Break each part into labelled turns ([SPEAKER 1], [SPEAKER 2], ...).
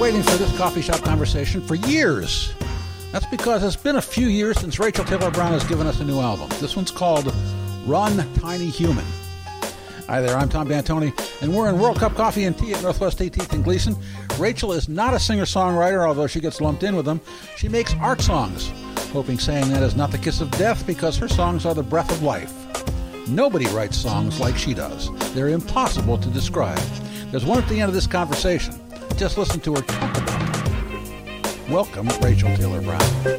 [SPEAKER 1] waiting for this coffee shop conversation for years. That's because it's been a few years since Rachel Taylor Brown has given us a new album. This one's called Run Tiny Human. Hi there, I'm Tom D'Antoni, and we're in World Cup Coffee and Tea at Northwest 18th and Gleason. Rachel is not a singer songwriter, although she gets lumped in with them. She makes art songs, hoping saying that is not the kiss of death because her songs are the breath of life. Nobody writes songs like she does, they're impossible to describe. There's one at the end of this conversation. Just listen to her talk about it. Welcome, Rachel Taylor Brown.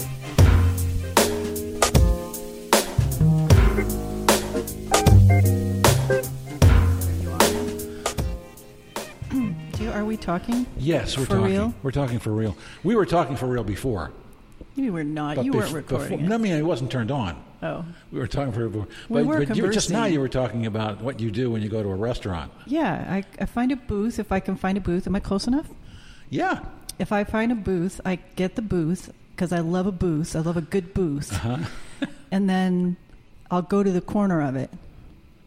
[SPEAKER 2] Do, are we talking?
[SPEAKER 1] Yes, we're
[SPEAKER 2] For
[SPEAKER 1] talking.
[SPEAKER 2] real?
[SPEAKER 1] We're talking for real. We were talking for real before.
[SPEAKER 2] You were not. you
[SPEAKER 1] bef-
[SPEAKER 2] weren't recording.
[SPEAKER 1] Before,
[SPEAKER 2] it.
[SPEAKER 1] no, I mean, it wasn't turned on.
[SPEAKER 2] Oh,
[SPEAKER 1] We were talking for. But,
[SPEAKER 2] We were
[SPEAKER 1] but you were just now
[SPEAKER 2] conversing.
[SPEAKER 1] you were talking about what you do when you go to a restaurant.
[SPEAKER 2] yeah. I, I find a booth. If I can find a booth, am I close enough?
[SPEAKER 1] Yeah.
[SPEAKER 2] If I find a booth, I get the booth because I love a booth. I love a good booth.
[SPEAKER 1] Uh-huh.
[SPEAKER 2] and then I'll go to the corner of it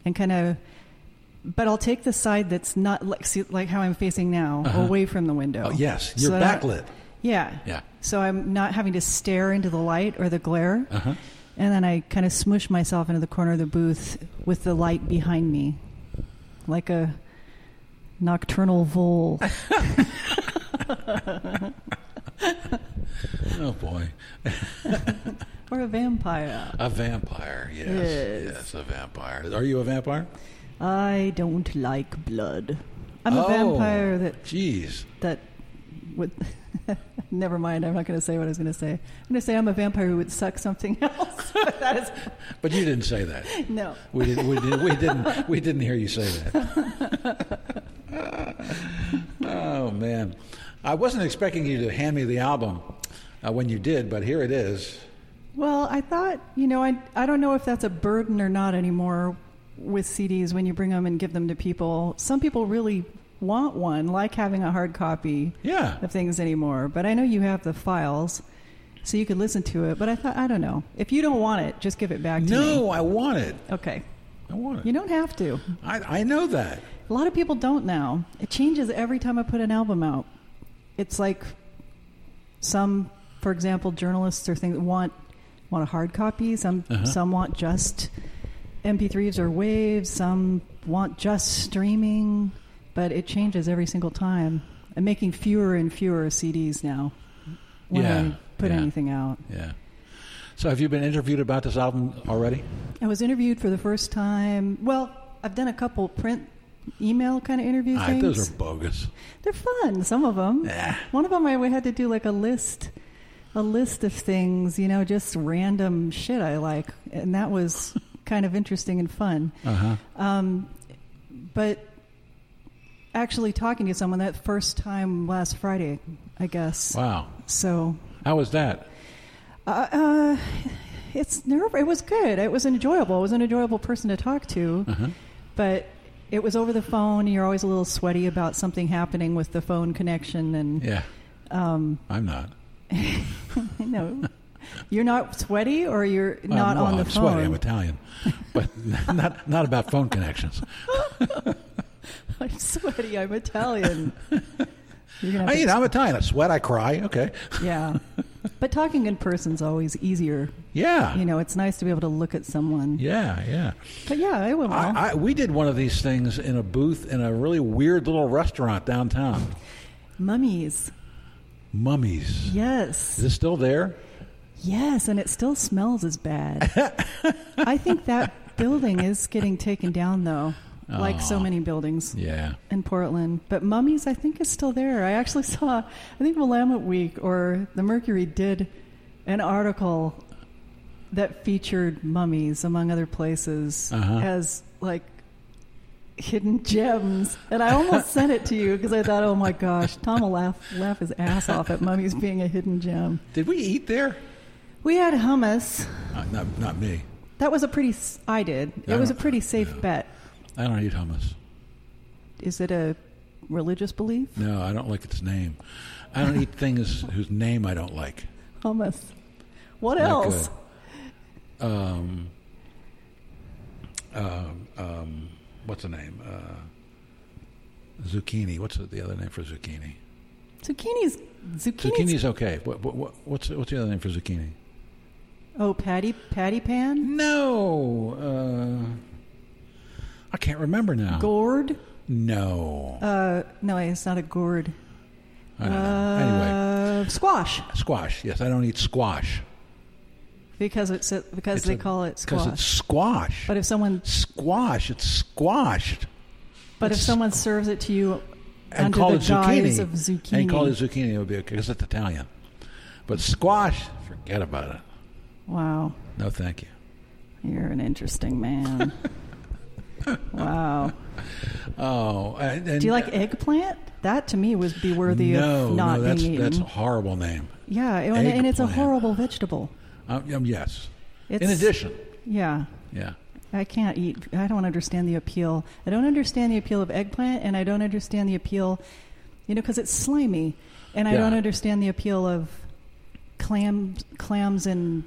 [SPEAKER 2] and kind of. But I'll take the side that's not like see, like how I'm facing now, away from the window.
[SPEAKER 1] Uh-huh. Oh, yes. You're
[SPEAKER 2] that I don't-
[SPEAKER 1] backlit.
[SPEAKER 2] Yeah.
[SPEAKER 1] Yeah.
[SPEAKER 2] So I'm not having to stare into the light or the glare.
[SPEAKER 1] Uh-huh.
[SPEAKER 2] And then I kind of smush myself into the corner of the booth with the light behind me, like a nocturnal vole.
[SPEAKER 1] Oh boy,
[SPEAKER 2] or a vampire.
[SPEAKER 1] a vampire. Yes.
[SPEAKER 2] Yes.
[SPEAKER 1] a vampire. Are you a vampire?
[SPEAKER 2] I don't like blood. I'm
[SPEAKER 1] Oh,
[SPEAKER 2] a vampire that
[SPEAKER 1] Jeez.
[SPEAKER 2] that would. Never mind. I'm not going to say what I was going to say. I'm going to say I'm a vampire who would suck something else. but that is
[SPEAKER 1] But you didn't say that.
[SPEAKER 2] no.
[SPEAKER 1] We didn't. We, did, we didn't. We didn't hear you say that. oh man, I wasn't expecting you to hand me the album uh, when you did, but here it is.
[SPEAKER 2] Well, I thought, you know, I, I don't know if that's a burden or not anymore with CDs when you bring them and give them to people. Some people really want one, like having a hard copy
[SPEAKER 1] Yeah.
[SPEAKER 2] of things anymore. But I know you have the files, so you could listen to it. But I thought, I don't know. If you don't want it, just give it back to me.
[SPEAKER 1] No, I want it.
[SPEAKER 2] Okay.
[SPEAKER 1] I want it.
[SPEAKER 2] You don't have to.
[SPEAKER 1] I, I know that.
[SPEAKER 2] A lot of people don't now. It changes every time I put an album out. It's like some, for example, journalists or things want want a hard copy. Some
[SPEAKER 1] Uh-huh.
[SPEAKER 2] some want just MP3s or waves. Some want just streaming. But it changes every single time. I'm making fewer and fewer CDs now when
[SPEAKER 1] Yeah,
[SPEAKER 2] I put
[SPEAKER 1] yeah.
[SPEAKER 2] anything out.
[SPEAKER 1] Yeah. So have you been interviewed about this album already?
[SPEAKER 2] I was interviewed for the first time. Well, I've done a couple print email kind of interview
[SPEAKER 1] Ah,
[SPEAKER 2] things.
[SPEAKER 1] those are bogus.
[SPEAKER 2] They're fun. Some of them.
[SPEAKER 1] Yeah.
[SPEAKER 2] One of them I had to do like a list, a list of things, you know, just random shit I like, and that was kind of interesting and fun.
[SPEAKER 1] Uh huh.
[SPEAKER 2] Um, but actually talking to someone that first time last Friday, I guess.
[SPEAKER 1] Wow.
[SPEAKER 2] So
[SPEAKER 1] How was that?
[SPEAKER 2] uh, uh, it's nerve. It was good. It was enjoyable. It was an enjoyable person to talk to,
[SPEAKER 1] Uh-huh.
[SPEAKER 2] but it was over the phone. and You're always a little sweaty about something happening with the phone connection, and
[SPEAKER 1] Yeah. Um, I'm not.
[SPEAKER 2] no, you're not sweaty or you're
[SPEAKER 1] Well,
[SPEAKER 2] not
[SPEAKER 1] well,
[SPEAKER 2] on
[SPEAKER 1] I'm
[SPEAKER 2] the phone.
[SPEAKER 1] Sweaty. I'm Italian, but not not about phone connections.
[SPEAKER 2] I'm sweaty. I'm Italian. You're gonna have
[SPEAKER 1] I,
[SPEAKER 2] to-
[SPEAKER 1] you know, I'm Italian. I sweat. I cry. Okay.
[SPEAKER 2] yeah, but talking in person's always easier.
[SPEAKER 1] Yeah.
[SPEAKER 2] You know, it's nice to be able to look at someone.
[SPEAKER 1] Yeah. Yeah.
[SPEAKER 2] But yeah, it went well.
[SPEAKER 1] I, I, we did one of these things in a booth in a really weird little restaurant downtown.
[SPEAKER 2] Mummies.
[SPEAKER 1] Mummies.
[SPEAKER 2] Yes.
[SPEAKER 1] Is it still there?
[SPEAKER 2] Yes, and it still smells as bad. I think that building is getting taken down, though, like so many buildings
[SPEAKER 1] Yeah.
[SPEAKER 2] in Portland. But Mummies, I think, is still there. I actually saw, I think Willamette Week or the Mercury did an article that featured mummies, among other places,
[SPEAKER 1] Uh-huh.
[SPEAKER 2] as like hidden gems. And I almost sent it to you because I thought, oh my gosh, Tom will laugh, laugh his ass off at mummies being a hidden gem.
[SPEAKER 1] Did we eat there?
[SPEAKER 2] We had hummus.
[SPEAKER 1] Uh, not, not me.
[SPEAKER 2] That was a pretty. s- I did.
[SPEAKER 1] Uh-huh. Yeah, I
[SPEAKER 2] it was a
[SPEAKER 1] don't-
[SPEAKER 2] pretty safe bet.
[SPEAKER 1] I don't eat hummus.
[SPEAKER 2] Is it a religious belief?
[SPEAKER 1] No, I don't like its name. I don't eat things whose name I don't like.
[SPEAKER 2] Hummus. What
[SPEAKER 1] Like,
[SPEAKER 2] else?
[SPEAKER 1] uh, um, um, um, what's the name? Uh, zucchini. What's the other name for zucchini?
[SPEAKER 2] Zucchini's zucchini's.
[SPEAKER 1] Zucchini's okay. What, what, what, what's what's the other name for zucchini?
[SPEAKER 2] Oh, patty patty pan,
[SPEAKER 1] No, uh, I can't remember now.
[SPEAKER 2] gourd.
[SPEAKER 1] no,
[SPEAKER 2] Uh, no, it's not a gourd.
[SPEAKER 1] I don't know. Anyway,
[SPEAKER 2] Uh, squash
[SPEAKER 1] squash. Yes, I don't eat squash
[SPEAKER 2] because it's a, because
[SPEAKER 1] It's
[SPEAKER 2] they
[SPEAKER 1] a-
[SPEAKER 2] call it
[SPEAKER 1] because
[SPEAKER 2] squash.
[SPEAKER 1] it's squash.
[SPEAKER 2] but if someone
[SPEAKER 1] squash. It's squashed.
[SPEAKER 2] but if
[SPEAKER 1] it's-
[SPEAKER 2] someone serves it to you
[SPEAKER 1] and
[SPEAKER 2] under
[SPEAKER 1] call
[SPEAKER 2] the
[SPEAKER 1] it zucchini.
[SPEAKER 2] guise of zucchini,
[SPEAKER 1] And call it zucchini. It would be okay because it's Italian. But squash, forget about it.
[SPEAKER 2] wow,
[SPEAKER 1] No, thank you.
[SPEAKER 2] you're an interesting man. wow.
[SPEAKER 1] Oh, and, and
[SPEAKER 2] Do you like eggplant? That to me would be worthy
[SPEAKER 1] no,
[SPEAKER 2] of not
[SPEAKER 1] no, that's
[SPEAKER 2] being
[SPEAKER 1] that's a
[SPEAKER 2] eaten.
[SPEAKER 1] horrible name.
[SPEAKER 2] yeah, and, and it's a
[SPEAKER 1] eggplant.
[SPEAKER 2] horrible vegetable.
[SPEAKER 1] Um, um, yes.
[SPEAKER 2] It's,
[SPEAKER 1] In addition,
[SPEAKER 2] yeah,
[SPEAKER 1] yeah.
[SPEAKER 2] I can't eat. I don't understand the appeal. I don't understand the appeal of eggplant, and I don't understand the appeal, you know, because it's slimy, and I
[SPEAKER 1] Yeah.
[SPEAKER 2] don't understand the appeal of clams, clams and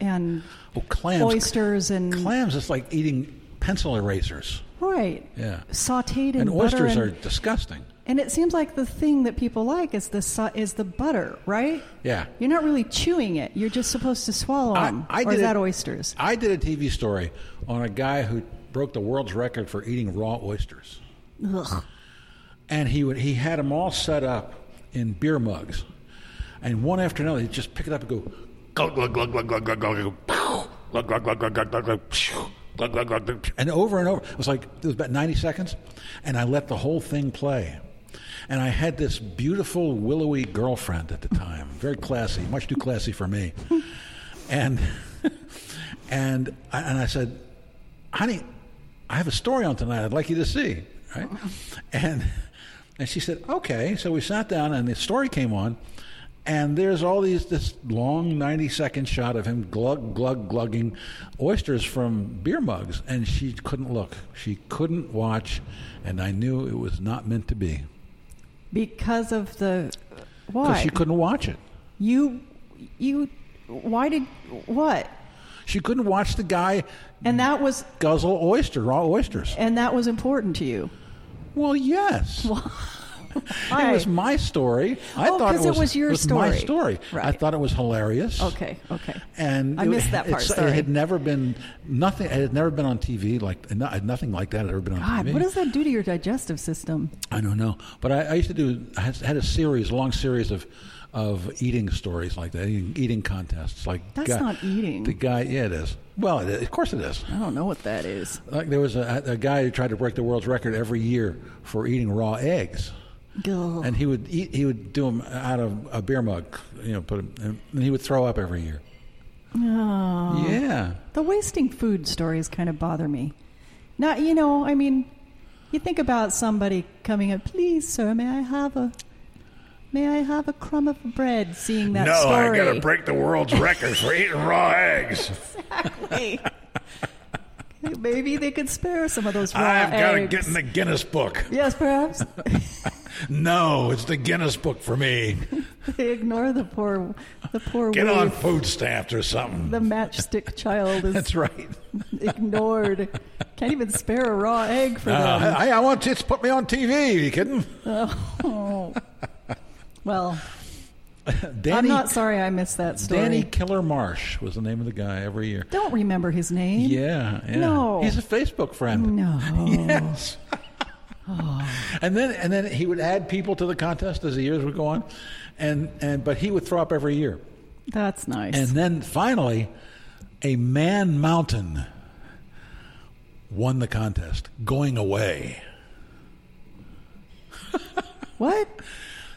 [SPEAKER 2] and
[SPEAKER 1] Oh, clams.
[SPEAKER 2] oysters and
[SPEAKER 1] Clams is like eating pencil erasers.
[SPEAKER 2] right
[SPEAKER 1] Yeah.
[SPEAKER 2] sautéed in
[SPEAKER 1] And
[SPEAKER 2] butter
[SPEAKER 1] oysters
[SPEAKER 2] and,
[SPEAKER 1] are disgusting.
[SPEAKER 2] and it seems like the thing that people like is the sau- is the butter, right?
[SPEAKER 1] Yeah.
[SPEAKER 2] You're not really chewing it. You're just supposed to swallow
[SPEAKER 1] I-
[SPEAKER 2] them.
[SPEAKER 1] I
[SPEAKER 2] or
[SPEAKER 1] did
[SPEAKER 2] is that
[SPEAKER 1] it-
[SPEAKER 2] oysters?
[SPEAKER 1] I did a TV story on a guy who broke the world's record for eating raw oysters.
[SPEAKER 2] Ugh.
[SPEAKER 1] and he would he had them all set up in beer mugs, and one after another he'd just pick it up and go,
[SPEAKER 3] Glug, glug, glug, glug, glug, glug, glug, glug, pow. Glug, glug, glug, glug, glug, glug, glug, pshoo. Glug, glug, glug, glug, pshoo.
[SPEAKER 1] and over and over. It was like it was about ninety seconds, and I let the whole thing play. And I had this beautiful willowy girlfriend at the time, very classy, much too classy for me. And and I, and I said, "Honey, I have a story on tonight. I'd like you to see." Right? And and she said, "Okay." So we sat down, and the story came on, and there's all these this long ninety second shot of him glug glug glugging oysters from beer mugs, and she couldn't look. She couldn't watch, and I knew it was not meant to be
[SPEAKER 2] Because of the
[SPEAKER 1] because
[SPEAKER 2] why
[SPEAKER 1] she couldn't watch it.
[SPEAKER 2] you you why did what
[SPEAKER 1] She couldn't watch the guy
[SPEAKER 2] and that was
[SPEAKER 1] guzzle oyster raw oysters.
[SPEAKER 2] and that was important to you.
[SPEAKER 1] Well, yes.
[SPEAKER 2] Why?
[SPEAKER 1] It was my story. I
[SPEAKER 2] Oh,
[SPEAKER 1] thought it
[SPEAKER 2] 'cause it
[SPEAKER 1] was,
[SPEAKER 2] was your
[SPEAKER 1] my
[SPEAKER 2] story.
[SPEAKER 1] story. I
[SPEAKER 2] Right.
[SPEAKER 1] thought it was hilarious.
[SPEAKER 2] okay, okay.
[SPEAKER 1] And
[SPEAKER 2] I
[SPEAKER 1] it-
[SPEAKER 2] missed that part,
[SPEAKER 1] it's-
[SPEAKER 2] sorry.
[SPEAKER 1] It had never been nothing. It had never been on TV. Like no- nothing like that had ever been on
[SPEAKER 2] God,
[SPEAKER 1] TV.
[SPEAKER 2] what does that do to your digestive system?
[SPEAKER 1] I don't know. But I, I used to do. I had had a series, long series of of eating stories like that, eating, eating contests. Like
[SPEAKER 2] That's
[SPEAKER 1] guy-
[SPEAKER 2] not eating.
[SPEAKER 1] The guy, yeah, it is. Well, it is. of course it is.
[SPEAKER 2] I don't know what that is.
[SPEAKER 1] Like there was a, a guy who tried to break the world's record every year for eating raw eggs.
[SPEAKER 2] Ugh.
[SPEAKER 1] and he would eat, he would do them out of a beer mug, you know, put 'em- and he would throw up every year.
[SPEAKER 2] Oh.
[SPEAKER 1] Yeah,
[SPEAKER 2] The wasting food stories kind of bother me. Now, you know, I mean, you think about somebody coming up, please, sir, may I have a, may I have a crumb of bread? Seeing that
[SPEAKER 3] No, I
[SPEAKER 2] story,
[SPEAKER 3] gotta break the world's record for eating raw eggs.
[SPEAKER 2] maybe they could spare some of those raw
[SPEAKER 3] I've gotta
[SPEAKER 2] eggs.
[SPEAKER 3] get in the Guinness Book.
[SPEAKER 2] yes, perhaps
[SPEAKER 3] No, it's the Guinness Book for me.
[SPEAKER 2] they ignore the poor, the poor
[SPEAKER 3] Get on
[SPEAKER 2] waif.
[SPEAKER 3] food stamps or something.
[SPEAKER 2] The matchstick child is
[SPEAKER 1] that's right.
[SPEAKER 2] ignored. Can't even spare a raw egg for them.
[SPEAKER 1] Uh, hey, I want you to put me on TV. you kidding?
[SPEAKER 2] Oh. Well,
[SPEAKER 1] Danny,
[SPEAKER 2] I'm not sorry I missed that story.
[SPEAKER 1] Danny Killer Marsh was the name of the guy every year.
[SPEAKER 2] Don't remember his name.
[SPEAKER 1] Yeah, yeah.
[SPEAKER 2] No.
[SPEAKER 1] he's a Facebook friend.
[SPEAKER 2] No.
[SPEAKER 1] Yes. Oh. and then and then he would add people to the contest as the years would go on, and and but he would throw up every year.
[SPEAKER 2] That's nice.
[SPEAKER 1] And then finally, a man mountain won the contest, going away.
[SPEAKER 2] what?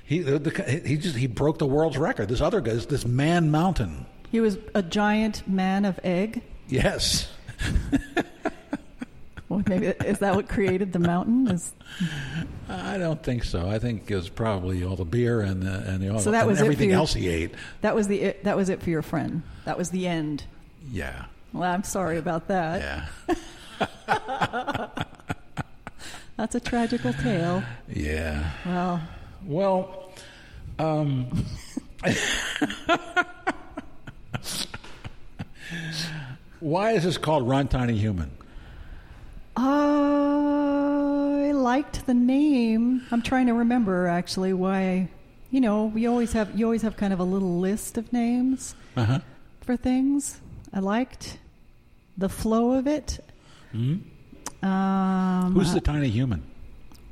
[SPEAKER 1] He the, the, he just he broke the world's record. This other guy, this, this man mountain.
[SPEAKER 2] He was a giant man of egg.
[SPEAKER 1] Yes.
[SPEAKER 2] Well, maybe is that what created the mountain? Is,
[SPEAKER 1] I don't think so. I think it was probably all the beer and the, and, the,
[SPEAKER 2] So that
[SPEAKER 1] and
[SPEAKER 2] was it for
[SPEAKER 1] everything
[SPEAKER 2] your-
[SPEAKER 1] else he ate.
[SPEAKER 2] that was the it, that was it for your friend. That was the end.
[SPEAKER 1] Yeah.
[SPEAKER 2] Well, I'm sorry about that.
[SPEAKER 1] Yeah.
[SPEAKER 2] That's a tragical tale.
[SPEAKER 1] Yeah.
[SPEAKER 2] Well,
[SPEAKER 1] Well, um, why is this called Ron Tiny Human?
[SPEAKER 2] I liked the name. I'm trying to remember actually why you know, we always have you always have kind of a little list of names
[SPEAKER 1] Uh huh.
[SPEAKER 2] for things. I liked the flow of it. Um,
[SPEAKER 1] Who's the tiny human?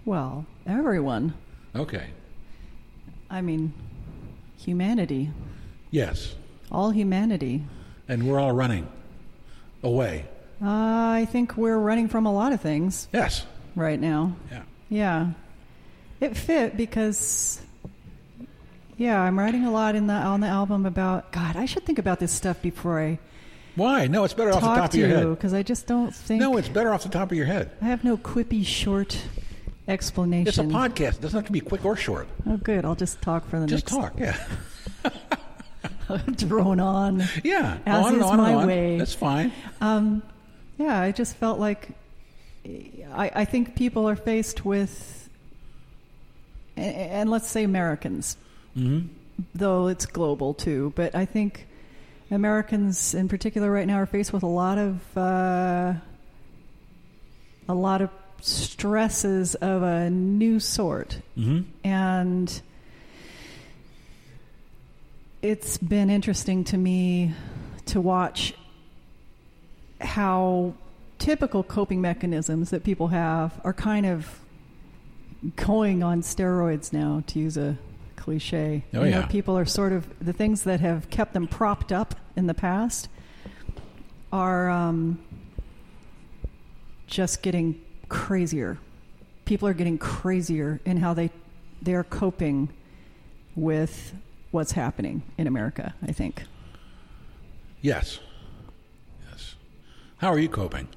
[SPEAKER 2] well, everyone.
[SPEAKER 1] Okay.
[SPEAKER 2] I mean, humanity,
[SPEAKER 1] Yes.
[SPEAKER 2] all humanity.
[SPEAKER 1] And we're all running away.
[SPEAKER 2] Uh, I think we're running from a lot of things
[SPEAKER 1] Yes.
[SPEAKER 2] right now.
[SPEAKER 1] Yeah.
[SPEAKER 2] Yeah. It fit because yeah, I'm writing a lot in the on the album about God, I should think about this stuff before I
[SPEAKER 1] Why? No, it's better off the
[SPEAKER 2] talk
[SPEAKER 1] top
[SPEAKER 2] to
[SPEAKER 1] of your
[SPEAKER 2] you
[SPEAKER 1] head.
[SPEAKER 2] because I just don't think
[SPEAKER 1] No, it's better off the top of your head.
[SPEAKER 2] I have no quippy short explanation.
[SPEAKER 1] It's a podcast. It doesn't have to be quick or short.
[SPEAKER 2] Oh good, I'll just talk for the
[SPEAKER 1] Just
[SPEAKER 2] next
[SPEAKER 1] talk. Yeah.
[SPEAKER 2] drone on.
[SPEAKER 1] Yeah.
[SPEAKER 2] As
[SPEAKER 1] on and
[SPEAKER 2] is
[SPEAKER 1] on
[SPEAKER 2] my
[SPEAKER 1] and on.
[SPEAKER 2] way.
[SPEAKER 1] That's fine.
[SPEAKER 2] Um, yeah, I just felt like I, I think people are faced with, a- and let's say Americans, though it's global too, but I think Americans in particular right now are faced with a lot of uh, a lot of stresses of a new sort,
[SPEAKER 1] hmm
[SPEAKER 2] and it's been interesting to me to watch how typical coping mechanisms that people have are kind of going on steroids now to use a cliche
[SPEAKER 1] Oh,
[SPEAKER 2] you
[SPEAKER 1] yeah.
[SPEAKER 2] know people are sort of the things that have kept them propped up in the past are um, just getting crazier people are getting crazier in how they they're coping with what's happening in America, I think.
[SPEAKER 1] Yes. Yes. How are you coping?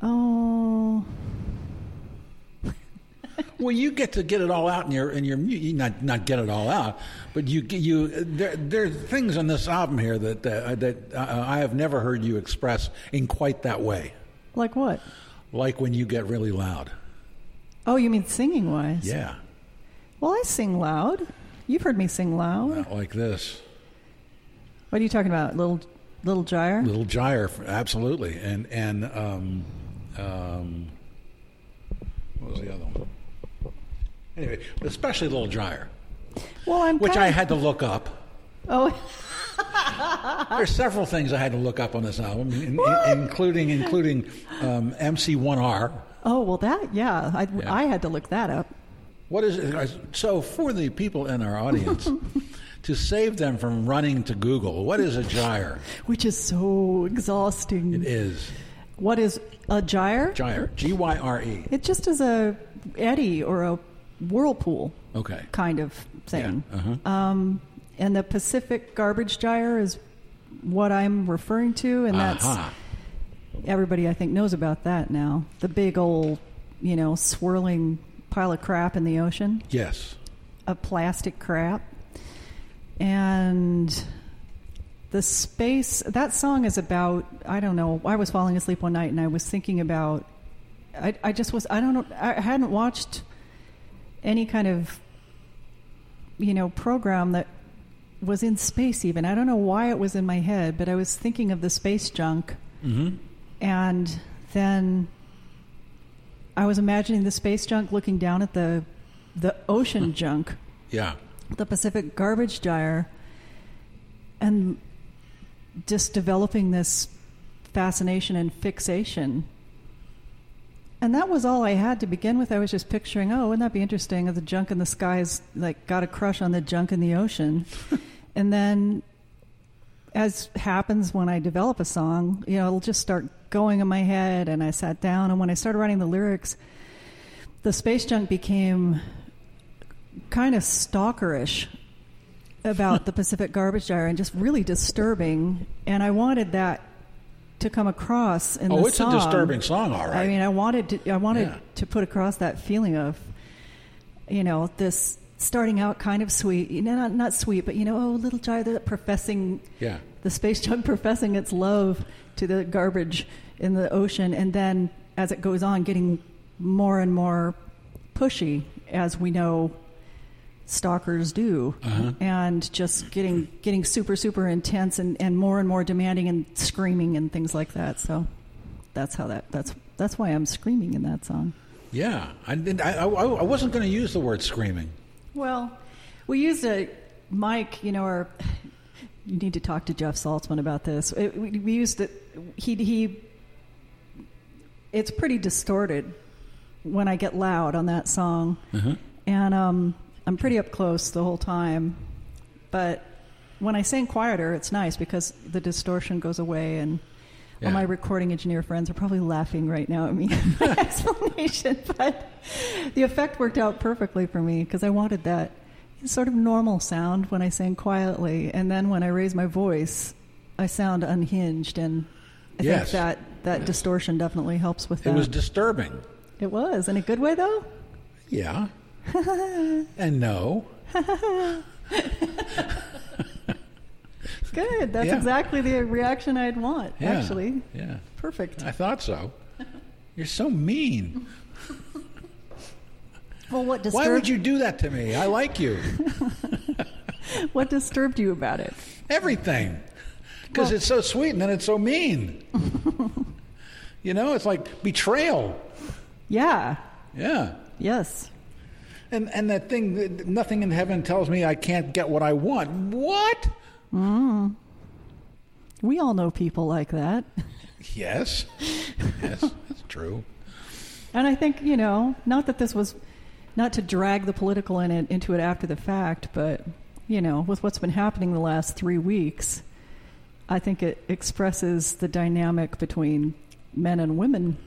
[SPEAKER 2] Oh,
[SPEAKER 1] Well, you get to get it all out in your in your mu- you not not get it all out, but you get- you there there are things on this album here that uh, that uh, I have never heard you express in quite that way,
[SPEAKER 2] like what?
[SPEAKER 1] like when you get really loud.
[SPEAKER 2] Oh, you mean singing wise?
[SPEAKER 1] Yeah,
[SPEAKER 2] Well, I sing loud. You've heard me sing loud.
[SPEAKER 1] Not like this
[SPEAKER 2] What are you talking about? Little little gyre?
[SPEAKER 1] little gyre, absolutely, and and um, um, what was the other one? Anyway, especially little gyre,
[SPEAKER 2] Well, I'm
[SPEAKER 1] which
[SPEAKER 2] kinda,
[SPEAKER 1] I had to look up.
[SPEAKER 2] Oh,
[SPEAKER 1] There's several things I had to look up on this album, in, in, including including um, MC1R.
[SPEAKER 2] oh, well that yeah, I
[SPEAKER 1] Yeah.
[SPEAKER 2] I had to look that up.
[SPEAKER 1] What is it? So for the people in our audience, to save them from running to Google, what is a gyre?
[SPEAKER 2] Which is so exhausting.
[SPEAKER 1] It is
[SPEAKER 2] What is a gyre?
[SPEAKER 1] gyre, G Y R E.
[SPEAKER 2] It just is a eddy or a whirlpool
[SPEAKER 1] Okay.
[SPEAKER 2] kind of thing.
[SPEAKER 1] Uh-huh.
[SPEAKER 2] Um, and the Pacific garbage gyre is what I'm referring to, and that's
[SPEAKER 1] Aha.
[SPEAKER 2] everybody I think knows about that now. The big old, you know, swirling pile of crap in the ocean,
[SPEAKER 1] Yes.
[SPEAKER 2] of plastic crap, and the space. That song is about. I don't know. I was falling asleep one night, and I was thinking about. I, I just was. I don't know. I hadn't watched any kind of you know program that was in space even i don't know why it was in my head but i was thinking of the space junk and then i was imagining the space junk looking down at the the ocean junk
[SPEAKER 1] Yeah.
[SPEAKER 2] the pacific garbage gyre and just developing this fascination and fixation and that was all I had to begin with. I was just picturing, oh, wouldn't that be interesting? The junk in the sky's like got a crush on the junk in the ocean. and then, as happens when I develop a song, you know, it'll just start going in my head. And I sat down, and when I started writing the lyrics, the space junk became kind of stalkerish about the Pacific garbage gyre and just really disturbing. And I wanted that to come across in
[SPEAKER 1] Oh,
[SPEAKER 2] the
[SPEAKER 1] it's
[SPEAKER 2] song.
[SPEAKER 1] a disturbing song, all right.
[SPEAKER 2] I mean, I wanted to, I wanted
[SPEAKER 1] Yeah.
[SPEAKER 2] to put across that feeling of, you know, this starting out kind of sweet, you know, not not sweet, but you know, oh, little gyre, the professing,
[SPEAKER 1] yeah.
[SPEAKER 2] the space junk professing its love to the garbage in the ocean, and then as it goes on, getting more and more pushy, as we know stalkers do and just getting getting super super intense and, and more and more demanding and screaming and things like that so that's how that that's that's why i'm screaming in that song
[SPEAKER 1] Yeah. I, didn't, I, I, I wasn't going to use the word screaming.
[SPEAKER 2] well We used a mic, you know, or you need to talk to Jeff Saltzman about this. It, we, we used it. He he. It's pretty distorted when I get loud on that song,
[SPEAKER 1] Uh-huh.
[SPEAKER 2] and um, I'm pretty up close the whole time. But when I sing quieter, it's nice because the distortion goes away and. All
[SPEAKER 1] Yeah.
[SPEAKER 2] my recording engineer friends are probably laughing right now at me my explanation, but the effect worked out perfectly for me because I wanted that sort of normal sound when I sang quietly, and then when I raise my voice, I sound unhinged, and I
[SPEAKER 1] Yes.
[SPEAKER 2] think that Uh, that distortion definitely helps with
[SPEAKER 1] It
[SPEAKER 2] that.
[SPEAKER 1] was disturbing.
[SPEAKER 2] it was in a good way though.
[SPEAKER 1] Yeah. and no.
[SPEAKER 2] Good. That's
[SPEAKER 1] Yeah.
[SPEAKER 2] exactly the reaction I'd want.
[SPEAKER 1] Yeah.
[SPEAKER 2] Actually,
[SPEAKER 1] Yeah.
[SPEAKER 2] perfect.
[SPEAKER 1] I thought so. You're so mean.
[SPEAKER 2] Well, what disturbed
[SPEAKER 1] Why would you do that to me? I like you.
[SPEAKER 2] what disturbed you about it?
[SPEAKER 1] Everything. Because
[SPEAKER 2] Well-
[SPEAKER 1] it's so sweet and then it's so mean. you know, it's like betrayal.
[SPEAKER 2] Yeah.
[SPEAKER 1] Yeah.
[SPEAKER 2] Yes.
[SPEAKER 1] And and that thing, that nothing in heaven tells me I can't get what I want. What?
[SPEAKER 2] We all know people like that.
[SPEAKER 1] Yes. Yes, that's true.
[SPEAKER 2] And I think, you know, not that this was not to drag the political in it into it after the fact, but you know, with what's been happening the last three weeks, I think it expresses the dynamic between men and women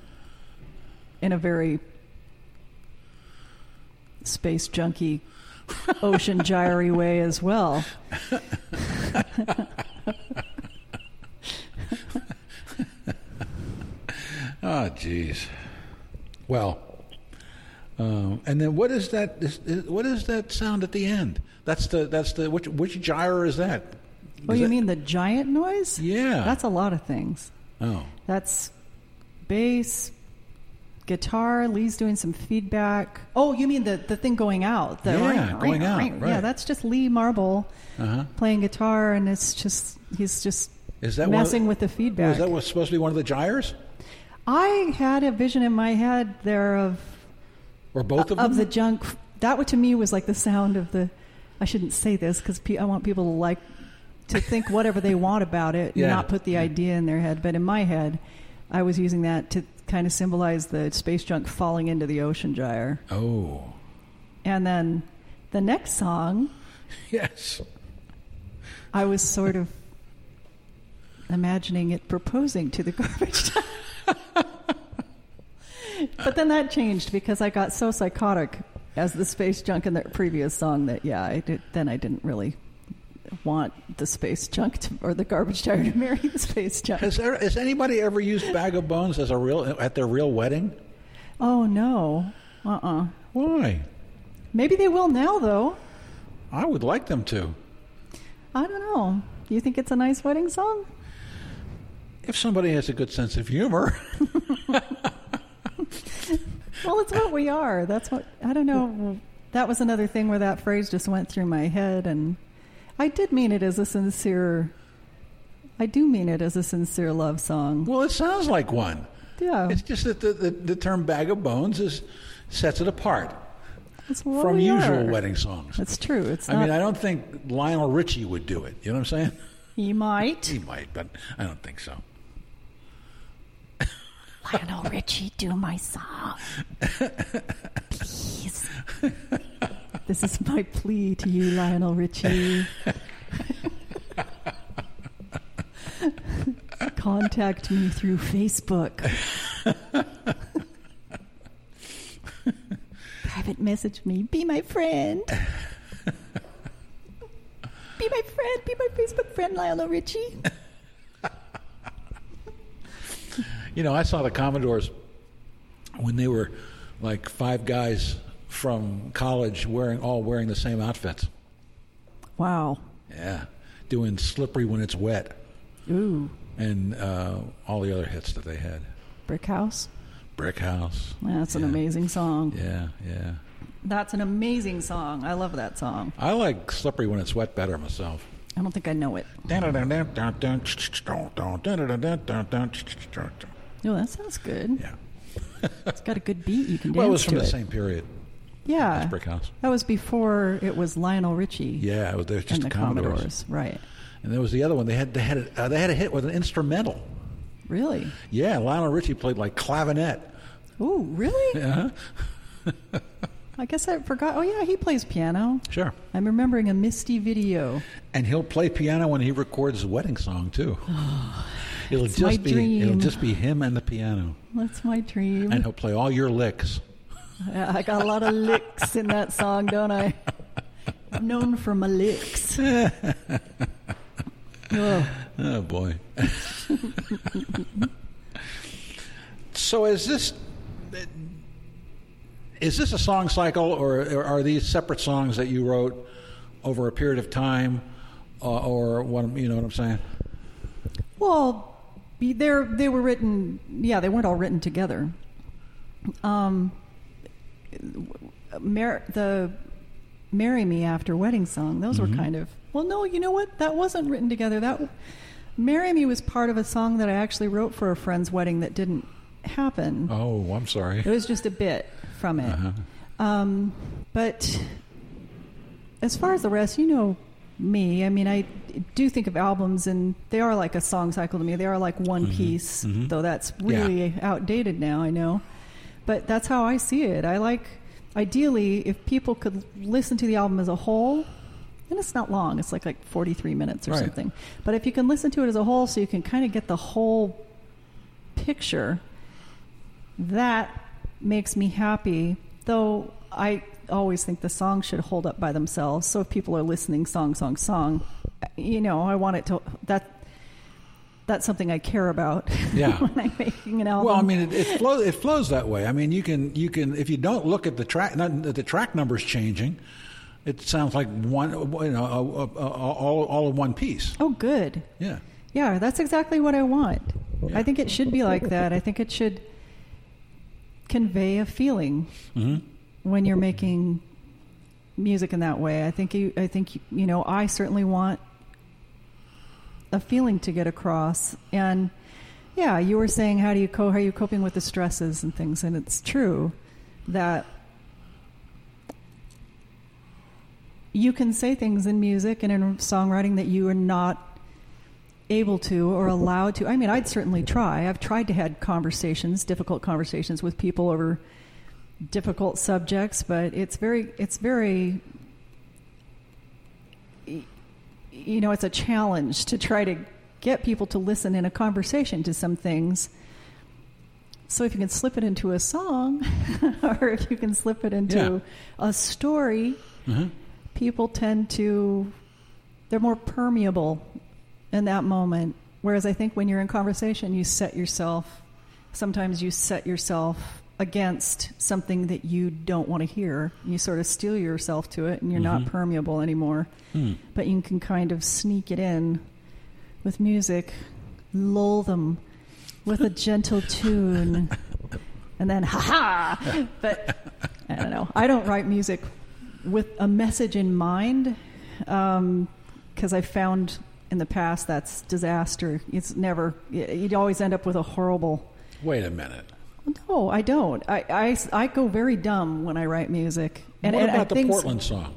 [SPEAKER 2] in a very space junkie, ocean gyry way as well.
[SPEAKER 1] Oh, jeez. Well, um, and then what is that? Is, is, what is that sound at the end? That's the that's the which which gyre is that?
[SPEAKER 2] Oh,
[SPEAKER 1] Is
[SPEAKER 2] you
[SPEAKER 1] that-
[SPEAKER 2] mean the giant noise?
[SPEAKER 1] Yeah.
[SPEAKER 2] That's a lot of things.
[SPEAKER 1] Oh,
[SPEAKER 2] That's bass, guitar. Lee's doing some feedback. Oh, you mean the, the thing going out? The
[SPEAKER 1] Yeah, going out,
[SPEAKER 2] Yeah,
[SPEAKER 1] right.
[SPEAKER 2] that's just Lee Marble
[SPEAKER 1] Uh-huh.
[SPEAKER 2] playing guitar, and it's just he's just
[SPEAKER 1] Is that one of
[SPEAKER 2] messing
[SPEAKER 1] the-
[SPEAKER 2] with the
[SPEAKER 1] was
[SPEAKER 2] feedback.
[SPEAKER 1] Oh, that was supposed to be one of the gyres,
[SPEAKER 2] I had a vision in my head there of
[SPEAKER 1] or both of,
[SPEAKER 2] of
[SPEAKER 1] them?
[SPEAKER 2] the junk. That what to me was like the sound of the. I shouldn't say this because pe- I want people to like to think whatever they want about it,
[SPEAKER 1] Yeah.
[SPEAKER 2] and not put the idea in their head. But in my head, I was using that to kind of symbolize the space junk falling into the ocean gyre.
[SPEAKER 1] oh,
[SPEAKER 2] And then the next song,
[SPEAKER 1] yes.
[SPEAKER 2] I was sort of imagining it proposing to the garbage. but then that changed because I got so psychotic as the space junk in the previous song that yeah, I did, then I didn't really want the space junk to, or the garbage tire to marry the space junk.
[SPEAKER 1] Has, there, has anybody ever used Bag of Bones as a real at their real wedding?
[SPEAKER 2] Oh no, uh uh
[SPEAKER 1] Why?
[SPEAKER 2] Maybe they will now though.
[SPEAKER 1] I would like them to.
[SPEAKER 2] I don't know. You think it's a nice wedding song?
[SPEAKER 1] If somebody has a good sense of humor,
[SPEAKER 2] Well, it's what we are. That's what I don't know. That was another thing where that phrase just went through my head, and I did mean it as a sincere. I do mean it as a sincere love song.
[SPEAKER 1] well, it sounds like one.
[SPEAKER 2] Yeah,
[SPEAKER 1] It's just that the, the, the term bag of bones is sets it apart
[SPEAKER 2] it's what
[SPEAKER 1] from
[SPEAKER 2] we
[SPEAKER 1] usual
[SPEAKER 2] are.
[SPEAKER 1] wedding songs.
[SPEAKER 2] It's true. It's
[SPEAKER 1] I
[SPEAKER 2] not.
[SPEAKER 1] mean, I don't think Lionel Richie would do it. You know what I'm saying?
[SPEAKER 2] he might.
[SPEAKER 1] He might, but I don't think so.
[SPEAKER 4] Lionel Richie, do my song. Please.
[SPEAKER 2] This is my plea to you, Lionel Richie. Contact me through Facebook. Private message me. Be my friend. Be my friend. Be my Facebook friend, Lionel Richie.
[SPEAKER 1] You know, I saw the Commodores when they were like five guys from college wearing all wearing the same outfits.
[SPEAKER 2] Wow.
[SPEAKER 1] Yeah, doing "Slippery When It's Wet"
[SPEAKER 2] Ooh.
[SPEAKER 1] and uh, all the other hits that they had.
[SPEAKER 2] Brick House.
[SPEAKER 1] Brick House.
[SPEAKER 2] That's an
[SPEAKER 1] Yeah.
[SPEAKER 2] amazing song.
[SPEAKER 1] Yeah, yeah.
[SPEAKER 2] That's an amazing song. I love that song.
[SPEAKER 1] I like "Slippery When It's Wet" better myself.
[SPEAKER 2] I don't think I know it.
[SPEAKER 1] Yeah.
[SPEAKER 2] No, that sounds good. It's got a good beat. You can dance
[SPEAKER 1] Well, it was from
[SPEAKER 2] to
[SPEAKER 1] the same period.
[SPEAKER 2] Yeah.
[SPEAKER 1] Brick House.
[SPEAKER 2] That was before it was Lionel Richie
[SPEAKER 1] Yeah, it was, there was just
[SPEAKER 2] and the
[SPEAKER 1] Commodores.
[SPEAKER 2] Commodores. Right.
[SPEAKER 1] And there was the other one. They had they had a, uh, they had a hit with an instrumental.
[SPEAKER 2] Really?
[SPEAKER 1] Yeah, Lionel Richie played like clavinet.
[SPEAKER 2] Ooh, really?
[SPEAKER 1] Yeah,
[SPEAKER 2] I guess I forgot. Oh, yeah, he plays piano.
[SPEAKER 1] sure.
[SPEAKER 2] I'm remembering a Misty video.
[SPEAKER 1] And he'll play piano when he records the wedding song too. it'll
[SPEAKER 2] it's
[SPEAKER 1] just
[SPEAKER 2] my
[SPEAKER 1] be it'll
[SPEAKER 2] dream.
[SPEAKER 1] just be him and the piano,
[SPEAKER 2] That's my dream.
[SPEAKER 1] and he'll play all your licks.
[SPEAKER 2] Yeah, I got a lot of licks in that song, don't I? I'm known for my licks. Ugh.
[SPEAKER 1] Oh boy. so is this is this a song cycle, or, or are these separate songs that you wrote over a period of time, uh, or what? You know what I'm saying?
[SPEAKER 2] Well, they they were written. Yeah, they weren't all written together. Um, Mar- the "Marry Me After Wedding" song. Those
[SPEAKER 1] Mm-hmm.
[SPEAKER 2] were kind of. Well, no, you know what? That wasn't written together. That "Marry Me" was part of a song that I actually wrote for a friend's wedding that didn't happen.
[SPEAKER 1] Oh, I'm sorry.
[SPEAKER 2] It was just a bit from it.
[SPEAKER 1] Uh-huh.
[SPEAKER 2] Um, but as far as the rest, you know me. I mean, I do think of albums, and they are like a song cycle to me. They are like one piece, though that's really outdated now, I know. But that's how I see it. I like, ideally, if people could listen to the album as a whole, and it's not long, it's like, like 43 minutes or
[SPEAKER 1] Right.
[SPEAKER 2] something. But if you can listen to it as a whole, so you can kind of get the whole picture, that makes me happy. Though I always think the song should hold up by themselves. So if people are listening song, song, song, you know, I want it to that. That's something I care about.
[SPEAKER 1] Yeah.
[SPEAKER 2] when I'm making an album.
[SPEAKER 1] Well, I mean, it, it, flow, it flows that way. I mean, you can you can if you don't look at the track, not that the track numbers changing, it sounds like one you know a, a, a, all all in one piece.
[SPEAKER 2] oh, good.
[SPEAKER 1] Yeah,
[SPEAKER 2] Yeah, that's exactly what I want. I think it should be like that. I think it should convey a feeling
[SPEAKER 1] Mm-hmm.
[SPEAKER 2] when you're making music in that way. I think you, I think you, you know, I certainly want a feeling to get across. And yeah, you were saying how do you co- how are you coping with the stresses and things, and it's true that you can say things in music and in songwriting that you are not able to or allowed to. I mean, I'd certainly try. I've tried to had conversations, difficult conversations with people over difficult subjects, but it's very it's very y- you know, it's a challenge to try to get people to listen in a conversation to some things. So if you can slip it into a song or if you can slip it into a story,
[SPEAKER 1] Mm-hmm.
[SPEAKER 2] people tend to they're more permeable in that moment. Whereas I think when you're in conversation, you set yourself, sometimes you set yourself against something that you don't want to hear. You sort of steel yourself to it and you're not permeable anymore. But you can kind of sneak it in with music, lull them with a gentle tune, and then ha ha! But I don't know. I don't write music with a message in mind because I found in the past that's disaster. It's never, y- you'd always end up with a horrible.
[SPEAKER 1] wait a minute.
[SPEAKER 2] No, I don't. I, I, I go very dumb when I write music.
[SPEAKER 1] what about
[SPEAKER 2] I
[SPEAKER 1] the
[SPEAKER 2] think-
[SPEAKER 1] Portland song?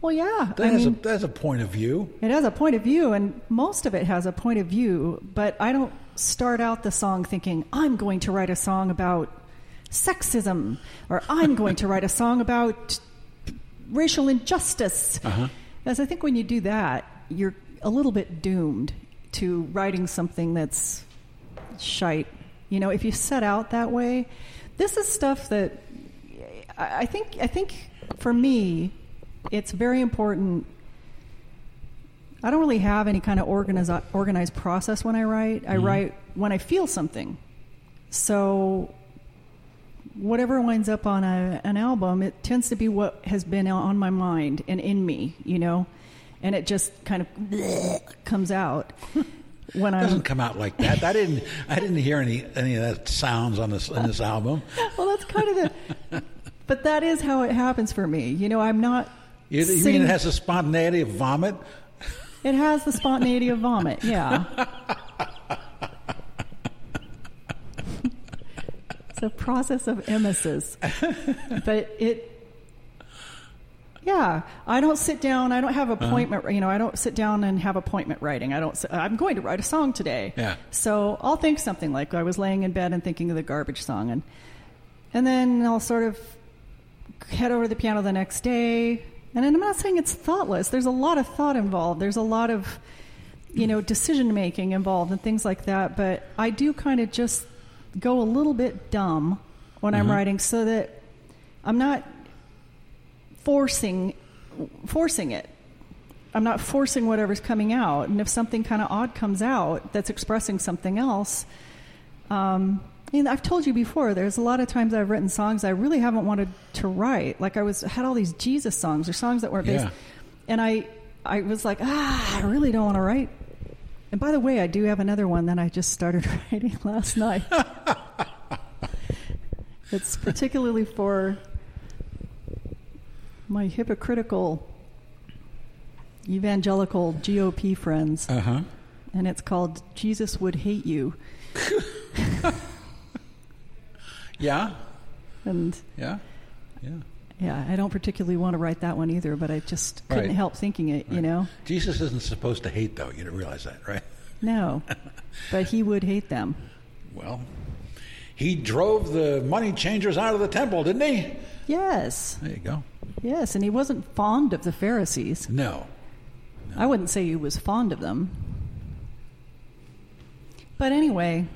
[SPEAKER 2] Well, yeah.
[SPEAKER 1] That
[SPEAKER 2] I
[SPEAKER 1] has
[SPEAKER 2] mean,
[SPEAKER 1] a that's a point of view.
[SPEAKER 2] it has a point of view, and most of it has a point of view, but I don't start out the song thinking, I'm going to write a song about sexism, or I'm going to write a song about racial injustice. Because I think when you do that, you're a little bit doomed to writing something that's shite. You know, if you set out that way, this is stuff that I I think. I think for me, it's very important. I don't really have any kind of organiz- organized process when I write. I write when I feel something. So whatever winds up on a, an album, it tends to be what has been on my mind and in me, you know, and it just kind of comes out when
[SPEAKER 1] It
[SPEAKER 2] I'm
[SPEAKER 1] doesn't come out like that. I didn't I didn't hear any any of that sounds on this on this album.
[SPEAKER 2] well, that's kind of the. But that is how it happens for me. You know, I'm not.
[SPEAKER 1] You, you mean
[SPEAKER 2] sitting-
[SPEAKER 1] it has the spontaneity of vomit?
[SPEAKER 2] It has the spontaneity of vomit. Yeah. it's a process of emesis, but it Yeah, I don't sit down. I don't have appointment. You know, I don't sit down and have appointment writing. I don't. s- I'm going to write a song today.
[SPEAKER 1] Yeah.
[SPEAKER 2] So I'll think something like I was laying in bed and thinking of the garbage song, and and then I'll sort of head over to the piano the next day. And then I'm not saying it's thoughtless. There's a lot of thought involved. There's a lot of you know decision making involved and things like that. But I do kind of just go a little bit dumb when I'm writing, so that I'm not forcing forcing it. I'm not forcing whatever's coming out. And if something kind of odd comes out that's expressing something else, um, and I've told you before, there's a lot of times I've written songs I really haven't wanted to write. Like I was had all these Jesus songs or songs that weren't based,
[SPEAKER 1] Yeah.
[SPEAKER 2] and I I was like, ah, I really don't want to write. And by the way, I do have another one that I just started writing last night. it's particularly for my hypocritical evangelical GOP friends,
[SPEAKER 1] Uh huh.
[SPEAKER 2] and it's called Jesus Would Hate You.
[SPEAKER 1] Yeah.
[SPEAKER 2] And
[SPEAKER 1] Yeah. Yeah.
[SPEAKER 2] yeah, I don't particularly want to write that one either, but I just couldn't
[SPEAKER 1] Right.
[SPEAKER 2] help thinking it, you know?
[SPEAKER 1] Jesus isn't supposed to hate, though. You realize that, right?
[SPEAKER 2] No. but he would hate them.
[SPEAKER 1] Well, he drove the money changers out of the temple, didn't he?
[SPEAKER 2] Yes,
[SPEAKER 1] There you go.
[SPEAKER 2] yes. And he wasn't fond of the Pharisees.
[SPEAKER 1] No.
[SPEAKER 2] I wouldn't say he was fond of them. But anyway,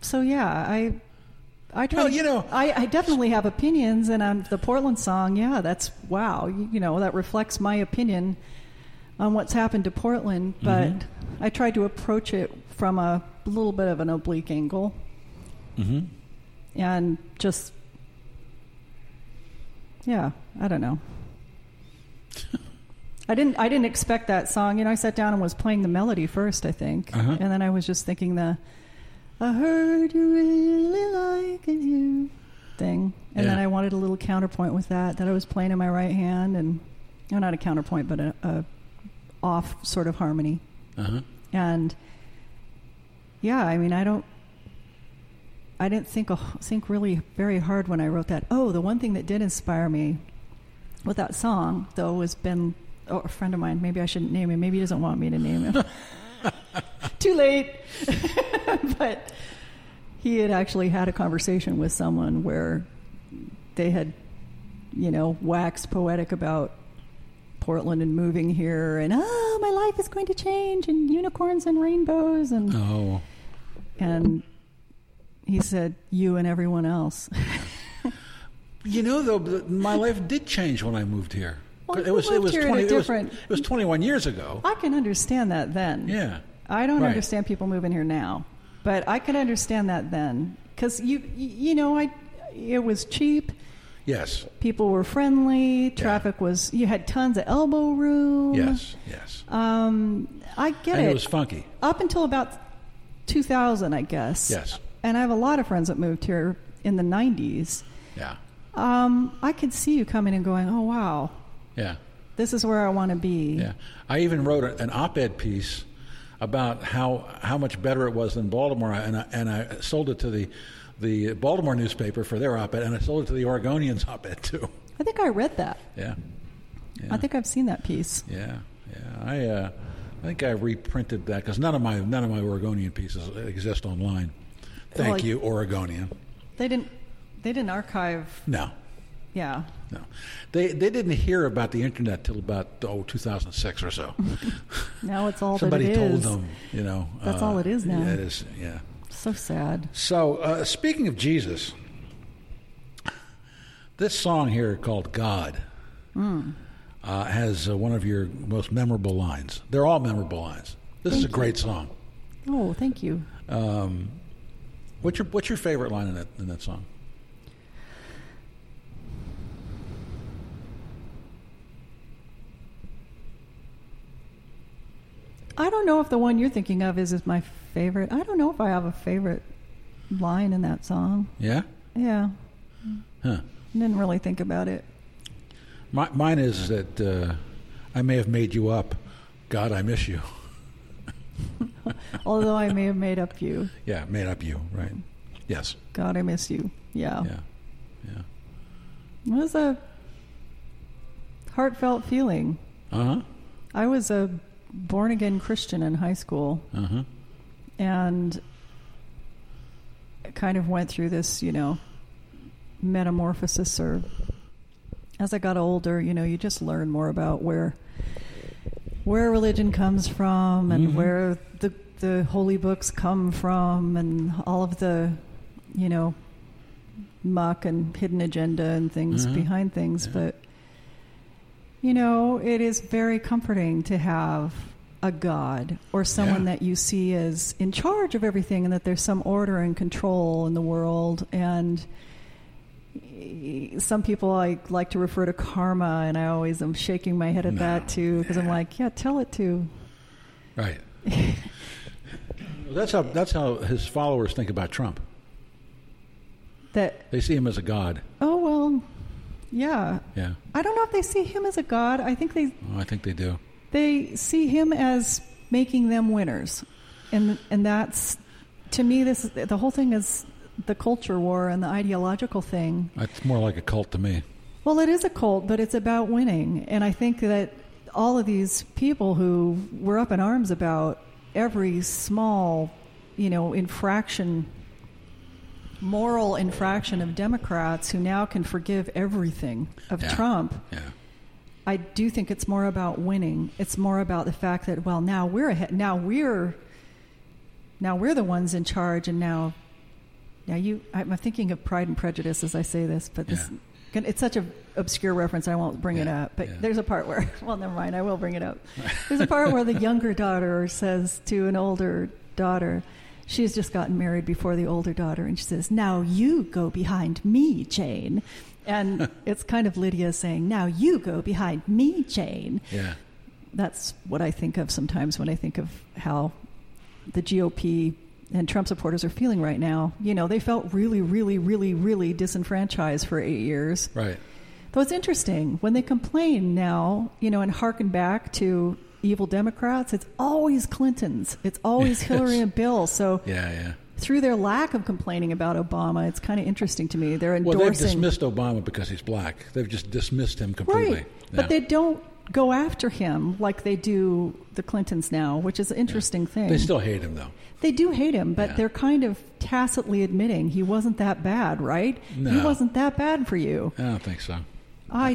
[SPEAKER 2] so yeah, I I try
[SPEAKER 1] Well,
[SPEAKER 2] to-
[SPEAKER 1] you know-
[SPEAKER 2] I, I definitely have opinions and on the Portland song, yeah, that's wow, you, you know, that reflects my opinion on what's happened to Portland,
[SPEAKER 1] Mm-hmm.
[SPEAKER 2] but I tried to approach it from a little bit of an oblique angle. Mm-hmm. And just yeah, I don't know. I didn't. I didn't expect that song. You know, I sat down and was playing the melody first, I think,
[SPEAKER 1] Uh-huh.
[SPEAKER 2] and then I was just thinking the "I heard you really like you" thing, and then
[SPEAKER 1] Yeah.
[SPEAKER 2] I wanted a little counterpoint with that that I was playing in my right hand, and well, not a counterpoint, but a, a off sort of harmony,
[SPEAKER 1] Uh huh.
[SPEAKER 2] and yeah, I mean, I don't. I didn't think a- think really very hard when I wrote that. Oh, the one thing that did inspire me with that song though was Ben, oh, a friend of mine. Maybe I shouldn't name him. Maybe he doesn't want me to name him. Too late. but he had actually had a conversation with someone where they had, you know, waxed poetic about Portland and moving here, and oh, my life is going to change, and unicorns and rainbows, and
[SPEAKER 1] Oh.
[SPEAKER 2] and he said, "You and everyone else."
[SPEAKER 1] You know, though, th- my life did change when I moved here.
[SPEAKER 2] Well,
[SPEAKER 1] it
[SPEAKER 2] you
[SPEAKER 1] was it
[SPEAKER 2] lived
[SPEAKER 1] was
[SPEAKER 2] here at a
[SPEAKER 1] twenty. It was,
[SPEAKER 2] different-
[SPEAKER 1] it was twenty-one years ago.
[SPEAKER 2] I can understand that then.
[SPEAKER 1] Yeah.
[SPEAKER 2] I don't
[SPEAKER 1] Right.
[SPEAKER 2] understand people moving here now, but I can understand that then because you y- you know I it was cheap.
[SPEAKER 1] Yes.
[SPEAKER 2] People were friendly. Traffic was you had tons of elbow room.
[SPEAKER 1] Yes. Yes.
[SPEAKER 2] Um, I get
[SPEAKER 1] and
[SPEAKER 2] it.
[SPEAKER 1] it was funky.
[SPEAKER 2] up until about 2000, I guess.
[SPEAKER 1] Yes.
[SPEAKER 2] And I have a lot of friends that moved here in the 90s.
[SPEAKER 1] Yeah.
[SPEAKER 2] Um, I could see you coming and going, oh, wow,
[SPEAKER 1] Yeah.
[SPEAKER 2] this is where I want to be.
[SPEAKER 1] Yeah. I even wrote a- an op-ed piece about how how much better it was than Baltimore, and I, and I sold it to the the Baltimore newspaper for their op-ed, and I sold it to the Oregonian's op-ed too.
[SPEAKER 2] I think I read that.
[SPEAKER 1] Yeah.
[SPEAKER 2] I think I've seen that piece.
[SPEAKER 1] Yeah, yeah. I, uh, I think I reprinted that because none of my none of my Oregonian pieces exist online. Thank
[SPEAKER 2] Well,
[SPEAKER 1] you, Oregonian.
[SPEAKER 2] They didn't. They didn't archive.
[SPEAKER 1] No,
[SPEAKER 2] Yeah.
[SPEAKER 1] no. They they didn't hear about the internet till about oh 2006 or so.
[SPEAKER 2] Now it's all
[SPEAKER 1] Somebody
[SPEAKER 2] that it
[SPEAKER 1] told
[SPEAKER 2] is.
[SPEAKER 1] them, you know. uh,
[SPEAKER 2] That's all it is now.
[SPEAKER 1] Yeah, it is. Yeah.
[SPEAKER 2] So sad.
[SPEAKER 1] So uh, speaking of Jesus, this song here called "God."
[SPEAKER 2] Hmm.
[SPEAKER 1] Uh, has uh, one of your most memorable lines. They're all memorable lines. This is a great song.
[SPEAKER 2] Oh, thank you.
[SPEAKER 1] What's your What's your favorite line in that in that song?
[SPEAKER 2] I don't know if the one you're thinking of is is my favorite. I don't know if I have a favorite line in that song.
[SPEAKER 1] Yeah,
[SPEAKER 2] Yeah.
[SPEAKER 1] huh?
[SPEAKER 2] Didn't really think about it.
[SPEAKER 1] My, mine is that uh, I may have made you up. God, I miss you.
[SPEAKER 2] Although I may have made up you.
[SPEAKER 1] Yeah, made up you, right? Yes.
[SPEAKER 2] God, I Oh. miss you. Yeah.
[SPEAKER 1] Yeah. Yeah.
[SPEAKER 2] It was a heartfelt feeling.
[SPEAKER 1] Uh huh.
[SPEAKER 2] I was a born again Christian in high school
[SPEAKER 1] Uh huh.
[SPEAKER 2] and kind of went through this, you know, metamorphosis or as I got older, you know, you just learn more about where where religion comes from and where the the holy books come from and all of the, you know, muck and hidden agenda and things
[SPEAKER 1] Mhm.
[SPEAKER 2] behind things, but you know, it is very comforting to have a God or someone
[SPEAKER 1] Yeah.
[SPEAKER 2] that you see as in charge of everything and that there's some order and control in the world. And eh, some people I like to refer to karma, and I always am shaking my head at
[SPEAKER 1] No.
[SPEAKER 2] that too because I'm like, yeah, tell it to.
[SPEAKER 1] Right. that's how that's how his followers think about Trump.
[SPEAKER 2] That,
[SPEAKER 1] They see him as a god.
[SPEAKER 2] oh, well, yeah.
[SPEAKER 1] Yeah.
[SPEAKER 2] I don't know if they see him as a God. I think they,
[SPEAKER 1] Oh, I think they do.
[SPEAKER 2] they see him as making them winners and and that's to me this is, the whole thing is the culture war and the ideological thing
[SPEAKER 1] That's more like a cult to me.
[SPEAKER 2] well it is a cult but it's about winning and i think that all of these people who were up in arms about every small you know infraction moral infraction of democrats who now can forgive everything of
[SPEAKER 1] Yeah.
[SPEAKER 2] trump
[SPEAKER 1] Yeah.
[SPEAKER 2] I do think it's more about winning. It's more about the fact that well, now we're ahead. Now we're now we're the ones in charge, and now now you. I'm thinking of Pride and Prejudice as I say this, but this it's such a obscure reference. I won't bring it
[SPEAKER 1] Yeah,
[SPEAKER 2] up. But
[SPEAKER 1] yeah.
[SPEAKER 2] there's a part where well, never mind. I will bring it up. There's a part where the younger daughter says to an older daughter. She's just gotten married before the older daughter, and she says, Now you go behind me, Jane. And it's kind of Lydia saying, Now you go behind me, Jane.
[SPEAKER 1] Yeah.
[SPEAKER 2] That's what I think of sometimes when I think of how the GOP and Trump supporters are feeling right now. You know, they felt really, really, really, really disenfranchised for eight years.
[SPEAKER 1] Right.
[SPEAKER 2] Though it's interesting, when they complain now, you know, and hearken back to evil Democrats, it's always Clinton's, it's always
[SPEAKER 1] Yes.
[SPEAKER 2] Hillary and Bill. So
[SPEAKER 1] Yeah. Yeah.
[SPEAKER 2] through their lack of complaining about Obama, it's kind of interesting to me. They're
[SPEAKER 1] Well,
[SPEAKER 2] endorsing.
[SPEAKER 1] they've dismissed Obama because he's black. They've just dismissed him completely.
[SPEAKER 2] Right. But
[SPEAKER 1] Yeah.
[SPEAKER 2] they don't go after him like they do the Clintons now, which is an interesting thing.
[SPEAKER 1] they still hate him though.
[SPEAKER 2] They do hate him, but
[SPEAKER 1] Yeah.
[SPEAKER 2] they're kind of tacitly admitting he wasn't that bad, right? He
[SPEAKER 1] No.
[SPEAKER 2] wasn't that bad for you.
[SPEAKER 1] I don't think so.
[SPEAKER 2] I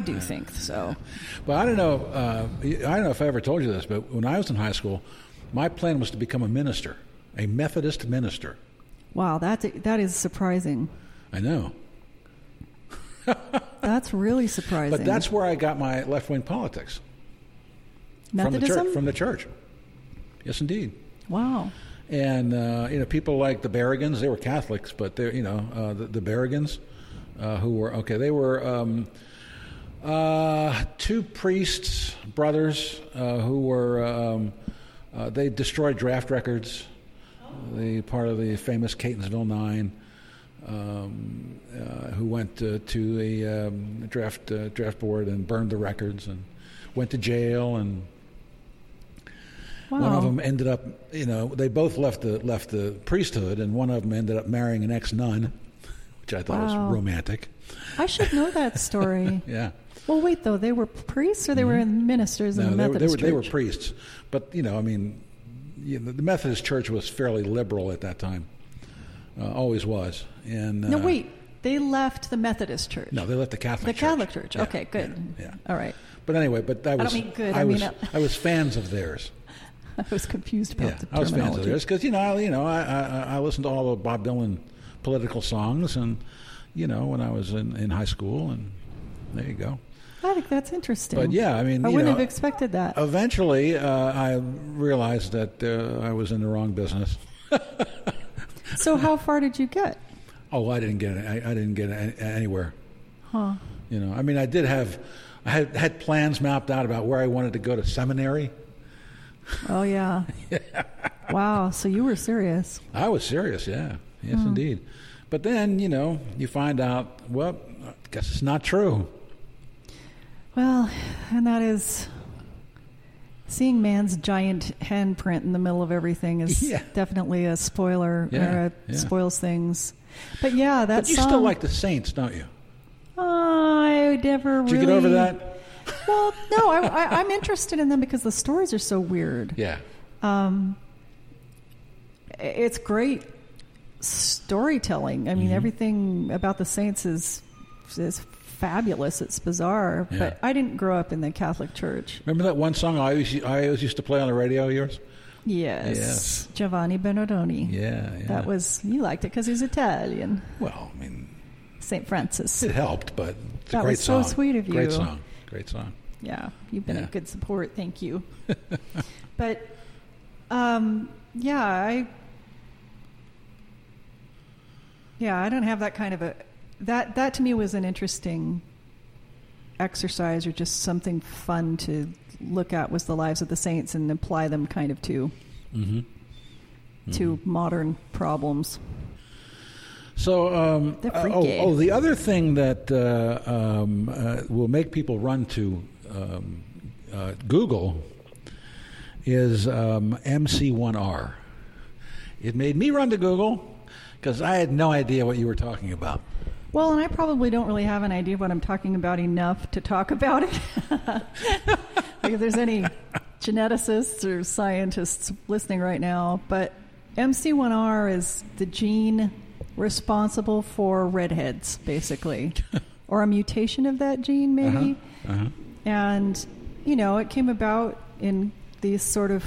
[SPEAKER 2] do think so.
[SPEAKER 1] But I don't know. Uh, I don't know if I ever told you this, but when I was in high school, my plan was to become a minister, a Methodist minister.
[SPEAKER 2] Wow, that's that is surprising.
[SPEAKER 1] I know,
[SPEAKER 2] That's really surprising.
[SPEAKER 1] but that's where I got my left-wing politics
[SPEAKER 2] Methodism.
[SPEAKER 1] from the church. From the church. Yes, indeed.
[SPEAKER 2] wow.
[SPEAKER 1] and uh, you know people like the Berrigans, they were Catholics, but they are you know uh, the, the Berrigans, uh, who were okay, they were um, uh, two priests brothers uh, who were um, uh, they destroyed draft records, the part of the famous Catonsville Nine. Um, uh, who went uh, to the um, draft uh, draft board and burned the records and went to jail and
[SPEAKER 2] Wow.
[SPEAKER 1] one of them ended up, you know, they both left the left the priesthood, and one of them ended up marrying an ex nun, which I thought
[SPEAKER 2] Wow.
[SPEAKER 1] was romantic.
[SPEAKER 2] I should know that story.
[SPEAKER 1] Yeah,
[SPEAKER 2] Well, wait though, they were priests or they were ministers in
[SPEAKER 1] Mm-hmm. no,
[SPEAKER 2] the
[SPEAKER 1] they, were, they
[SPEAKER 2] Methodist
[SPEAKER 1] were they were
[SPEAKER 2] Church?
[SPEAKER 1] priests, but you know, I mean, you know, the Methodist Church was fairly liberal at that time, uh, always was. And
[SPEAKER 2] No,
[SPEAKER 1] uh,
[SPEAKER 2] wait. They left the Methodist Church.
[SPEAKER 1] no, they left the Catholic
[SPEAKER 2] The
[SPEAKER 1] Church.
[SPEAKER 2] Catholic Church.
[SPEAKER 1] Yeah,
[SPEAKER 2] Okay, good.
[SPEAKER 1] Yeah, yeah.
[SPEAKER 2] All right.
[SPEAKER 1] but anyway, but I
[SPEAKER 2] don't
[SPEAKER 1] was
[SPEAKER 2] mean good, I
[SPEAKER 1] I
[SPEAKER 2] mean
[SPEAKER 1] was
[SPEAKER 2] it.
[SPEAKER 1] I was fans of theirs.
[SPEAKER 2] I was confused about the
[SPEAKER 1] I was fans of
[SPEAKER 2] terminology.
[SPEAKER 1] theirs because you know, I, you know, I, I I listened to all the Bob Dylan political songs, and you know, when I was in, in high school, and there you go.
[SPEAKER 2] I think that's interesting.
[SPEAKER 1] But yeah, I mean,
[SPEAKER 2] I
[SPEAKER 1] you
[SPEAKER 2] wouldn't
[SPEAKER 1] know,
[SPEAKER 2] have expected that.
[SPEAKER 1] Eventually, uh, I realized that uh, I was in the wrong business.
[SPEAKER 2] so how far did you get?
[SPEAKER 1] Oh, I didn't get it. I, I didn't get it an- anywhere.
[SPEAKER 2] Huh.
[SPEAKER 1] You know, I mean, I did have, I had, had plans mapped out about where I wanted to go to seminary.
[SPEAKER 2] Oh yeah. Wow. So you were serious.
[SPEAKER 1] I was serious, yeah. Yes,
[SPEAKER 2] Hmm.
[SPEAKER 1] indeed. But then, you know, you find out, well, I guess it's not true.
[SPEAKER 2] Well, and that is seeing man's giant handprint in the middle of everything is
[SPEAKER 1] Yeah.
[SPEAKER 2] definitely a spoiler
[SPEAKER 1] Yeah,
[SPEAKER 2] or a
[SPEAKER 1] yeah.
[SPEAKER 2] spoils things. But yeah, that
[SPEAKER 1] But you
[SPEAKER 2] song.
[SPEAKER 1] still like the Saints, don't you?
[SPEAKER 2] I never
[SPEAKER 1] Did
[SPEAKER 2] really.
[SPEAKER 1] you get over that?
[SPEAKER 2] Well, no, I, I, I'm interested in them because the stories are so weird.
[SPEAKER 1] Yeah.
[SPEAKER 2] It's great storytelling. I mean,
[SPEAKER 1] Mm-hmm.
[SPEAKER 2] everything about the saints is is fabulous. It's bizarre,
[SPEAKER 1] Yeah.
[SPEAKER 2] but I didn't grow up in the Catholic Church.
[SPEAKER 1] Remember that one song I always I always used to play on the radio of yours?
[SPEAKER 2] Yes,
[SPEAKER 1] Yes.
[SPEAKER 2] Giovanni Bernardoni.
[SPEAKER 1] Yeah, yeah.
[SPEAKER 2] That was you liked it because he's Italian.
[SPEAKER 1] well, I mean,
[SPEAKER 2] St. Francis.
[SPEAKER 1] it helped, but it's a
[SPEAKER 2] That
[SPEAKER 1] great
[SPEAKER 2] was so
[SPEAKER 1] song.
[SPEAKER 2] sweet of
[SPEAKER 1] Great
[SPEAKER 2] you.
[SPEAKER 1] song. Great song.
[SPEAKER 2] Yeah, you've been
[SPEAKER 1] Yeah.
[SPEAKER 2] a good support. Thank you. but um, yeah, I yeah, I don't have that kind of a that that to me was an interesting exercise or just something fun to look at was the lives of the saints and apply them kind of to
[SPEAKER 1] Mm-hmm.
[SPEAKER 2] to modern problems.
[SPEAKER 1] So, um,
[SPEAKER 2] The
[SPEAKER 1] uh,
[SPEAKER 2] free
[SPEAKER 1] oh,
[SPEAKER 2] gig.
[SPEAKER 1] oh, the other thing that uh, um, uh, will make people run to um, uh, Google is um, MC1R. It made me run to Google because I had no idea what you were talking about.
[SPEAKER 2] Well, and I probably don't really have an idea of what I'm talking about enough to talk about it. like if there's any geneticists or scientists listening right now, but MC1R is the gene responsible for redheads, basically, or a mutation of that gene, maybe.
[SPEAKER 1] Uh-huh.
[SPEAKER 2] And, you know, it came about in these sort of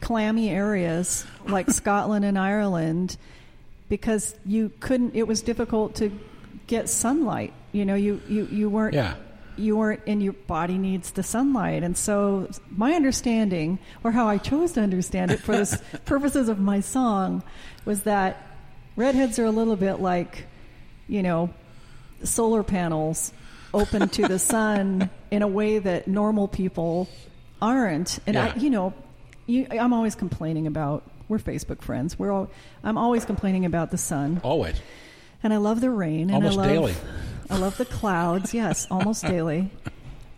[SPEAKER 2] clammy areas like Scotland and Ireland because you couldn't it was difficult to get sunlight you know you you, you weren't
[SPEAKER 1] Yeah.
[SPEAKER 2] you weren't and your body needs the sunlight and so my understanding or how I chose to understand it for the purposes of my song was that redheads are a little bit like you know solar panels open to the sun in a way that normal people aren't. And
[SPEAKER 1] Yeah.
[SPEAKER 2] I, you know, you, I'm always complaining about we're Facebook friends. We're all I'm always complaining about the sun,
[SPEAKER 1] Always.
[SPEAKER 2] and I love the rain. And
[SPEAKER 1] Almost
[SPEAKER 2] I love,
[SPEAKER 1] daily.
[SPEAKER 2] I love the clouds. Yes, almost daily.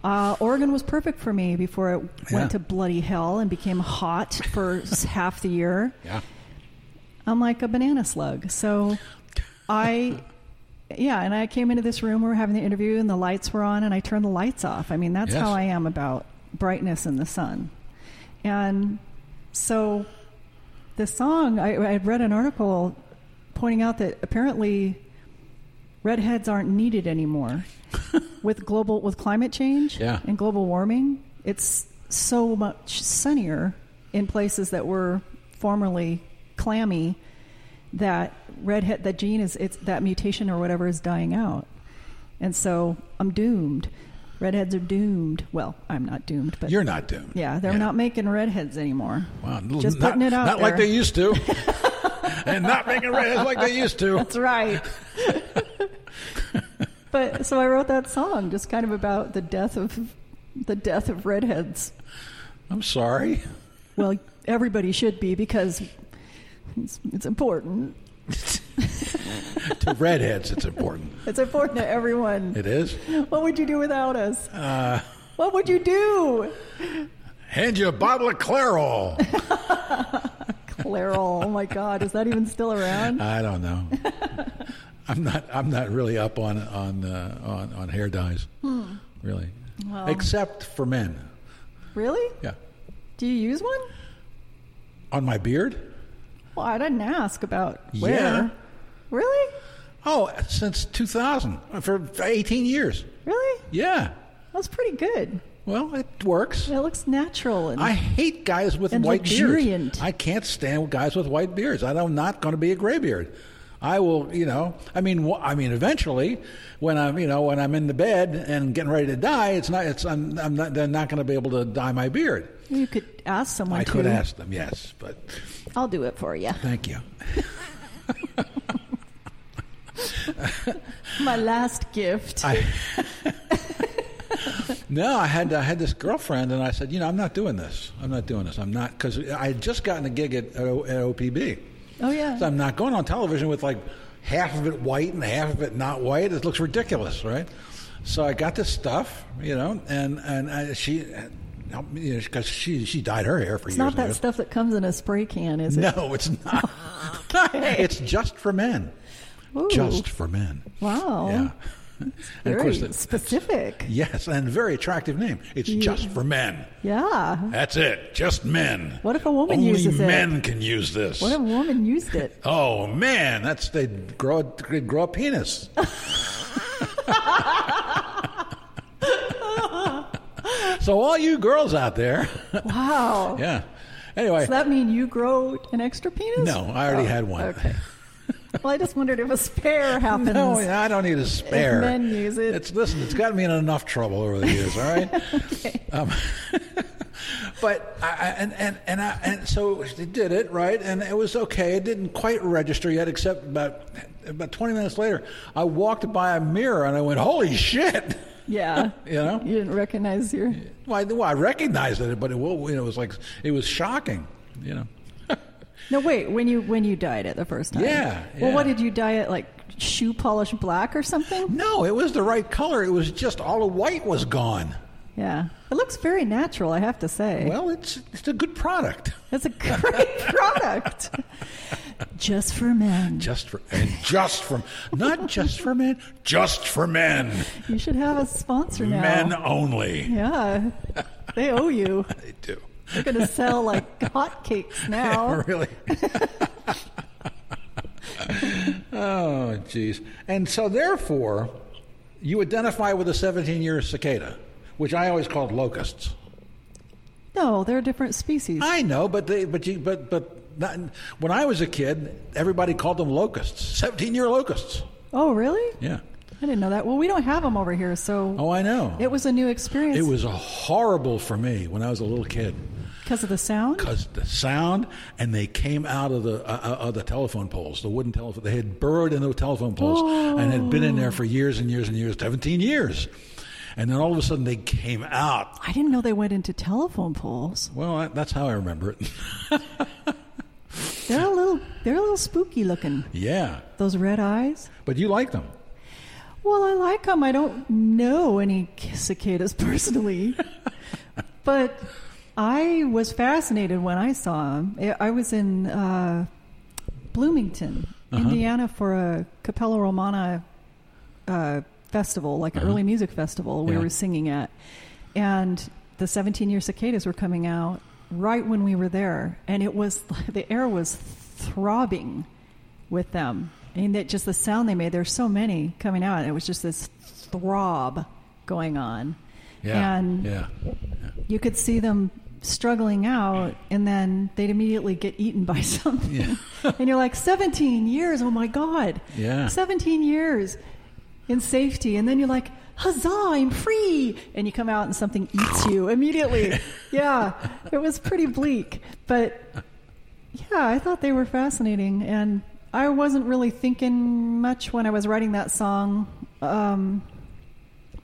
[SPEAKER 2] Uh, Oregon was perfect for me before it
[SPEAKER 1] Yeah.
[SPEAKER 2] went to bloody hell and became hot for half the year.
[SPEAKER 1] Yeah.
[SPEAKER 2] I'm like a banana slug. So I, yeah, and I came into this room, we were having the interview, and the lights were on, and I turned the lights off. I mean, that's
[SPEAKER 1] Yes.
[SPEAKER 2] how I am about brightness and the sun. And so the song, I, I had read an article pointing out that apparently redheads aren't needed anymore with global with climate change
[SPEAKER 1] Yeah.
[SPEAKER 2] and global warming it's so much sunnier in places that were formerly clammy that redhead that gene is it's that mutation or whatever is dying out and so i'm doomed redheads are doomed well i'm not doomed but
[SPEAKER 1] You're not doomed.
[SPEAKER 2] yeah they're not making redheads anymore
[SPEAKER 1] Wow.
[SPEAKER 2] just
[SPEAKER 1] not,
[SPEAKER 2] putting it out
[SPEAKER 1] Not like
[SPEAKER 2] there.
[SPEAKER 1] they used to. and not making redheads like they used to.
[SPEAKER 2] That's right. but so I wrote that song just kind of about the death of the death of redheads.
[SPEAKER 1] I'm sorry.
[SPEAKER 2] Well, everybody should be because it's, it's important.
[SPEAKER 1] to redheads, it's important.
[SPEAKER 2] It's important to everyone.
[SPEAKER 1] It is.
[SPEAKER 2] What would you do without us?
[SPEAKER 1] Uh.
[SPEAKER 2] what would you do?
[SPEAKER 1] Hand you a bottle of Clairol.
[SPEAKER 2] Clairol. Oh my God, is that even still around?
[SPEAKER 1] I don't know. I'm not. I'm not really up on on uh, on, on hair dyes,
[SPEAKER 2] Hmm.
[SPEAKER 1] really, except for men.
[SPEAKER 2] Really?
[SPEAKER 1] Yeah,
[SPEAKER 2] Do you use one?
[SPEAKER 1] on my beard.
[SPEAKER 2] Well, I didn't ask about
[SPEAKER 1] Yeah.
[SPEAKER 2] where. Really?
[SPEAKER 1] Oh, since 2000 for 18 years.
[SPEAKER 2] Really?
[SPEAKER 1] Yeah.
[SPEAKER 2] That's pretty good.
[SPEAKER 1] Well, it works.
[SPEAKER 2] It looks natural and
[SPEAKER 1] I hate guys with
[SPEAKER 2] And
[SPEAKER 1] white beards.
[SPEAKER 2] luxuriant.
[SPEAKER 1] I can't stand guys with white beards. I am not going to be a gray beard. I will, you know. I mean, wh- I mean, eventually, when I'm, you know, when I'm in the bed and getting ready to die, it's not. It's I'm, I'm not. They're not going to be able to dye my beard.
[SPEAKER 2] You could ask someone
[SPEAKER 1] I
[SPEAKER 2] to.
[SPEAKER 1] could ask them, yes, but
[SPEAKER 2] I'll do it for you.
[SPEAKER 1] thank you.
[SPEAKER 2] My last gift.
[SPEAKER 1] I, no, I had I had this girlfriend, and I said, you know, I'm not doing this. I'm not doing this. I'm not because I had just gotten a gig at, at, O- at OPB.
[SPEAKER 2] oh yeah.
[SPEAKER 1] So I'm not going on television with like half of it white and half of it not white. It looks ridiculous, right? So I got this stuff, you know, and and I, she helped me because she she dyed her hair for
[SPEAKER 2] it's
[SPEAKER 1] years.
[SPEAKER 2] not
[SPEAKER 1] and
[SPEAKER 2] that
[SPEAKER 1] years.
[SPEAKER 2] stuff that comes in a spray can, is it?
[SPEAKER 1] No, it's not. It's just for men.
[SPEAKER 2] Ooh.
[SPEAKER 1] Just for men.
[SPEAKER 2] Wow.
[SPEAKER 1] Yeah. And of
[SPEAKER 2] Oh. Very
[SPEAKER 1] course the-
[SPEAKER 2] specific.
[SPEAKER 1] Yes, and very attractive name. It's just for men.
[SPEAKER 2] Yeah.
[SPEAKER 1] That's it. Just men.
[SPEAKER 2] What if a woman
[SPEAKER 1] Only
[SPEAKER 2] uses it?
[SPEAKER 1] men can use this.
[SPEAKER 2] What if a woman used it?
[SPEAKER 1] oh man, that's they grow a- they'd grow a penis. so all you girls out there,
[SPEAKER 2] Wow.
[SPEAKER 1] yeah. Anyway,
[SPEAKER 2] Does that mean you grow an extra penis?
[SPEAKER 1] no, I already had one.
[SPEAKER 2] Okay. Well, I just wondered if a spare happens.
[SPEAKER 1] No, Oh, I don't need a spare.
[SPEAKER 2] men use it.
[SPEAKER 1] It's listen, it's gotten me in enough trouble over the years. All right. um, but I, I- and and and, I, and so they did it right, and it was okay. It didn't quite register yet, except about about twenty minutes later, I walked by a mirror and I went, "Holy shit!"
[SPEAKER 2] Yeah.
[SPEAKER 1] You know?
[SPEAKER 2] You didn't recognize your.
[SPEAKER 1] Well, I, well, I recognized it, but it, wa- you know, it was like it was shocking. You know.
[SPEAKER 2] No, wait. When you when you dyed it the first time.
[SPEAKER 1] Yeah,
[SPEAKER 2] Well, what
[SPEAKER 1] yeah.
[SPEAKER 2] did you dye it like? Shoe polish black or something?
[SPEAKER 1] No, it was the right color. It was just all the white was gone.
[SPEAKER 2] Yeah. It looks very natural, I have to say.
[SPEAKER 1] Well, it's it's a good product.
[SPEAKER 2] That's a great product. Just for men.
[SPEAKER 1] just for and just for not just for men, just for men,
[SPEAKER 2] You should have a sponsor now.
[SPEAKER 1] men only.
[SPEAKER 2] Yeah. They owe you.
[SPEAKER 1] They do
[SPEAKER 2] They're going to sell like hotcakes now.
[SPEAKER 1] really. oh, jeez. And so, therefore, you identify with a 17-year cicada, which I always called locusts.
[SPEAKER 2] No, they're different species.
[SPEAKER 1] I know, but they, but you, but but. Not, when I was a kid, everybody called them locusts, 17 year locusts.
[SPEAKER 2] Oh, really?
[SPEAKER 1] Yeah.
[SPEAKER 2] I didn't know that. Well, we don't have them over here, so
[SPEAKER 1] Oh, I know.
[SPEAKER 2] it was a new experience
[SPEAKER 1] it was a horrible for me when I was a little kid.
[SPEAKER 2] because of the sound.
[SPEAKER 1] because the sound and they came out of the uh, uh, of the telephone poles, the wooden telephone. They had burrowed into the telephone poles and had been in there for years and years and years, seventeen years, and then all of a sudden they came out.
[SPEAKER 2] I didn't know they went into telephone poles.
[SPEAKER 1] Well, I, that's how I remember it.
[SPEAKER 2] They're a little they're a little spooky looking.
[SPEAKER 1] yeah,
[SPEAKER 2] Those red eyes.
[SPEAKER 1] but you like them.
[SPEAKER 2] Well, I like them. I don't know any cicadas personally, but I was fascinated when I saw them. I was in uh, Bloomington,
[SPEAKER 1] Uh-huh.
[SPEAKER 2] Indiana, for a Capella Romana uh, festival, like an early music festival we
[SPEAKER 1] Uh-huh. Yeah.
[SPEAKER 2] were singing at, and the 17-year cicadas were coming out right when we were there, and it was the air was throbbing with them. I mean, that just the sound they made. There's so many coming out, and it was just this throb going on,
[SPEAKER 1] Yeah,
[SPEAKER 2] and
[SPEAKER 1] yeah,
[SPEAKER 2] you could see them struggling out, and then they'd immediately get eaten by something.
[SPEAKER 1] Yeah.
[SPEAKER 2] and you're like, 17 years, oh my God.
[SPEAKER 1] Yeah.
[SPEAKER 2] 17 years in safety. And then you're like, huzzah, I'm free. And you come out and something eats you immediately. yeah, it was pretty bleak. But yeah, I thought they were fascinating. And I wasn't really thinking much when I was writing that song. Um,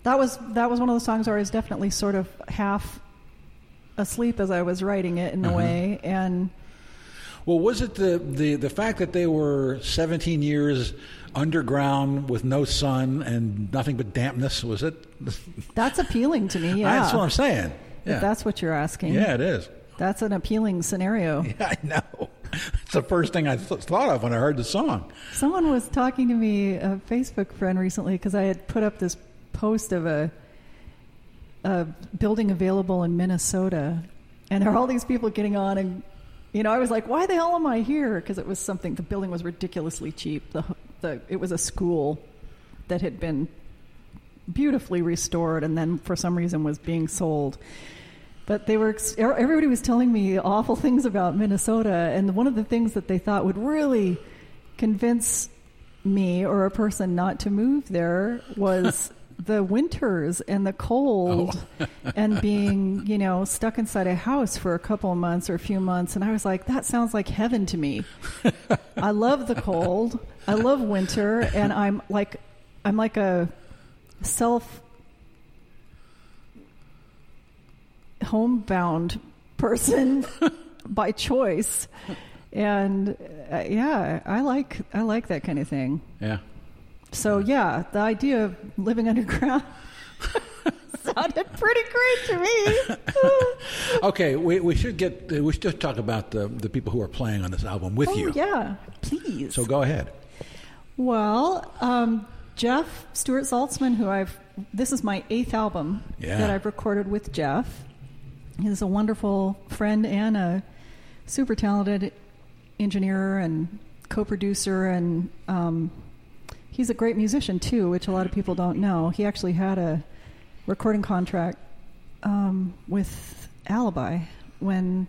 [SPEAKER 2] that was that was one of those songs where I was definitely sort of half asleep as I was writing it in a way, and
[SPEAKER 1] Well, was it the, the, the fact that they were 17 years underground with no sun and nothing but dampness? Was it?
[SPEAKER 2] that's appealing to me. Yeah,
[SPEAKER 1] That's what I'm saying. Yeah,
[SPEAKER 2] If that's what you're asking.
[SPEAKER 1] yeah, it is.
[SPEAKER 2] that's an appealing scenario.
[SPEAKER 1] I know. It's the first thing I th- thought of when I heard the song.
[SPEAKER 2] Someone was talking to me, a Facebook friend recently, because I had put up this post of a, a building available in Minnesota, and there were all these people getting on, and you know, I was like, "Why the hell am I here?" Because it was something. The building was ridiculously cheap. The, the it was a school that had been beautifully restored, and then for some reason was being sold. But they were ex- e-, everybody was telling me awful things about Minnesota, and one of the things that they thought would really convince me or a person not to move there was the winters and the cold and being, you know, stuck inside a house for a couple of months or a few months and I was like that sounds like heaven to me. I love the cold. I love winter and I'm like I'm like a self homebound person by choice and uh, yeah i like i like that kind of thing
[SPEAKER 1] Yeah.
[SPEAKER 2] so yeah the idea of living underground sounded pretty great to me Oh,
[SPEAKER 1] Okay, we, we should get we should just talk about the the people who are playing on this album with
[SPEAKER 2] oh
[SPEAKER 1] you.
[SPEAKER 2] yeah please
[SPEAKER 1] So go ahead.
[SPEAKER 2] Well, um, Jeff Stuart Saltzman, who I've this is my eighth album
[SPEAKER 1] Yeah.
[SPEAKER 2] that I've recorded with Jeff. He's a wonderful friend and a super talented engineer and co-producer, and um, he's a great musician too, which a lot of people don't know. He actually had a recording contract um, with Alibi when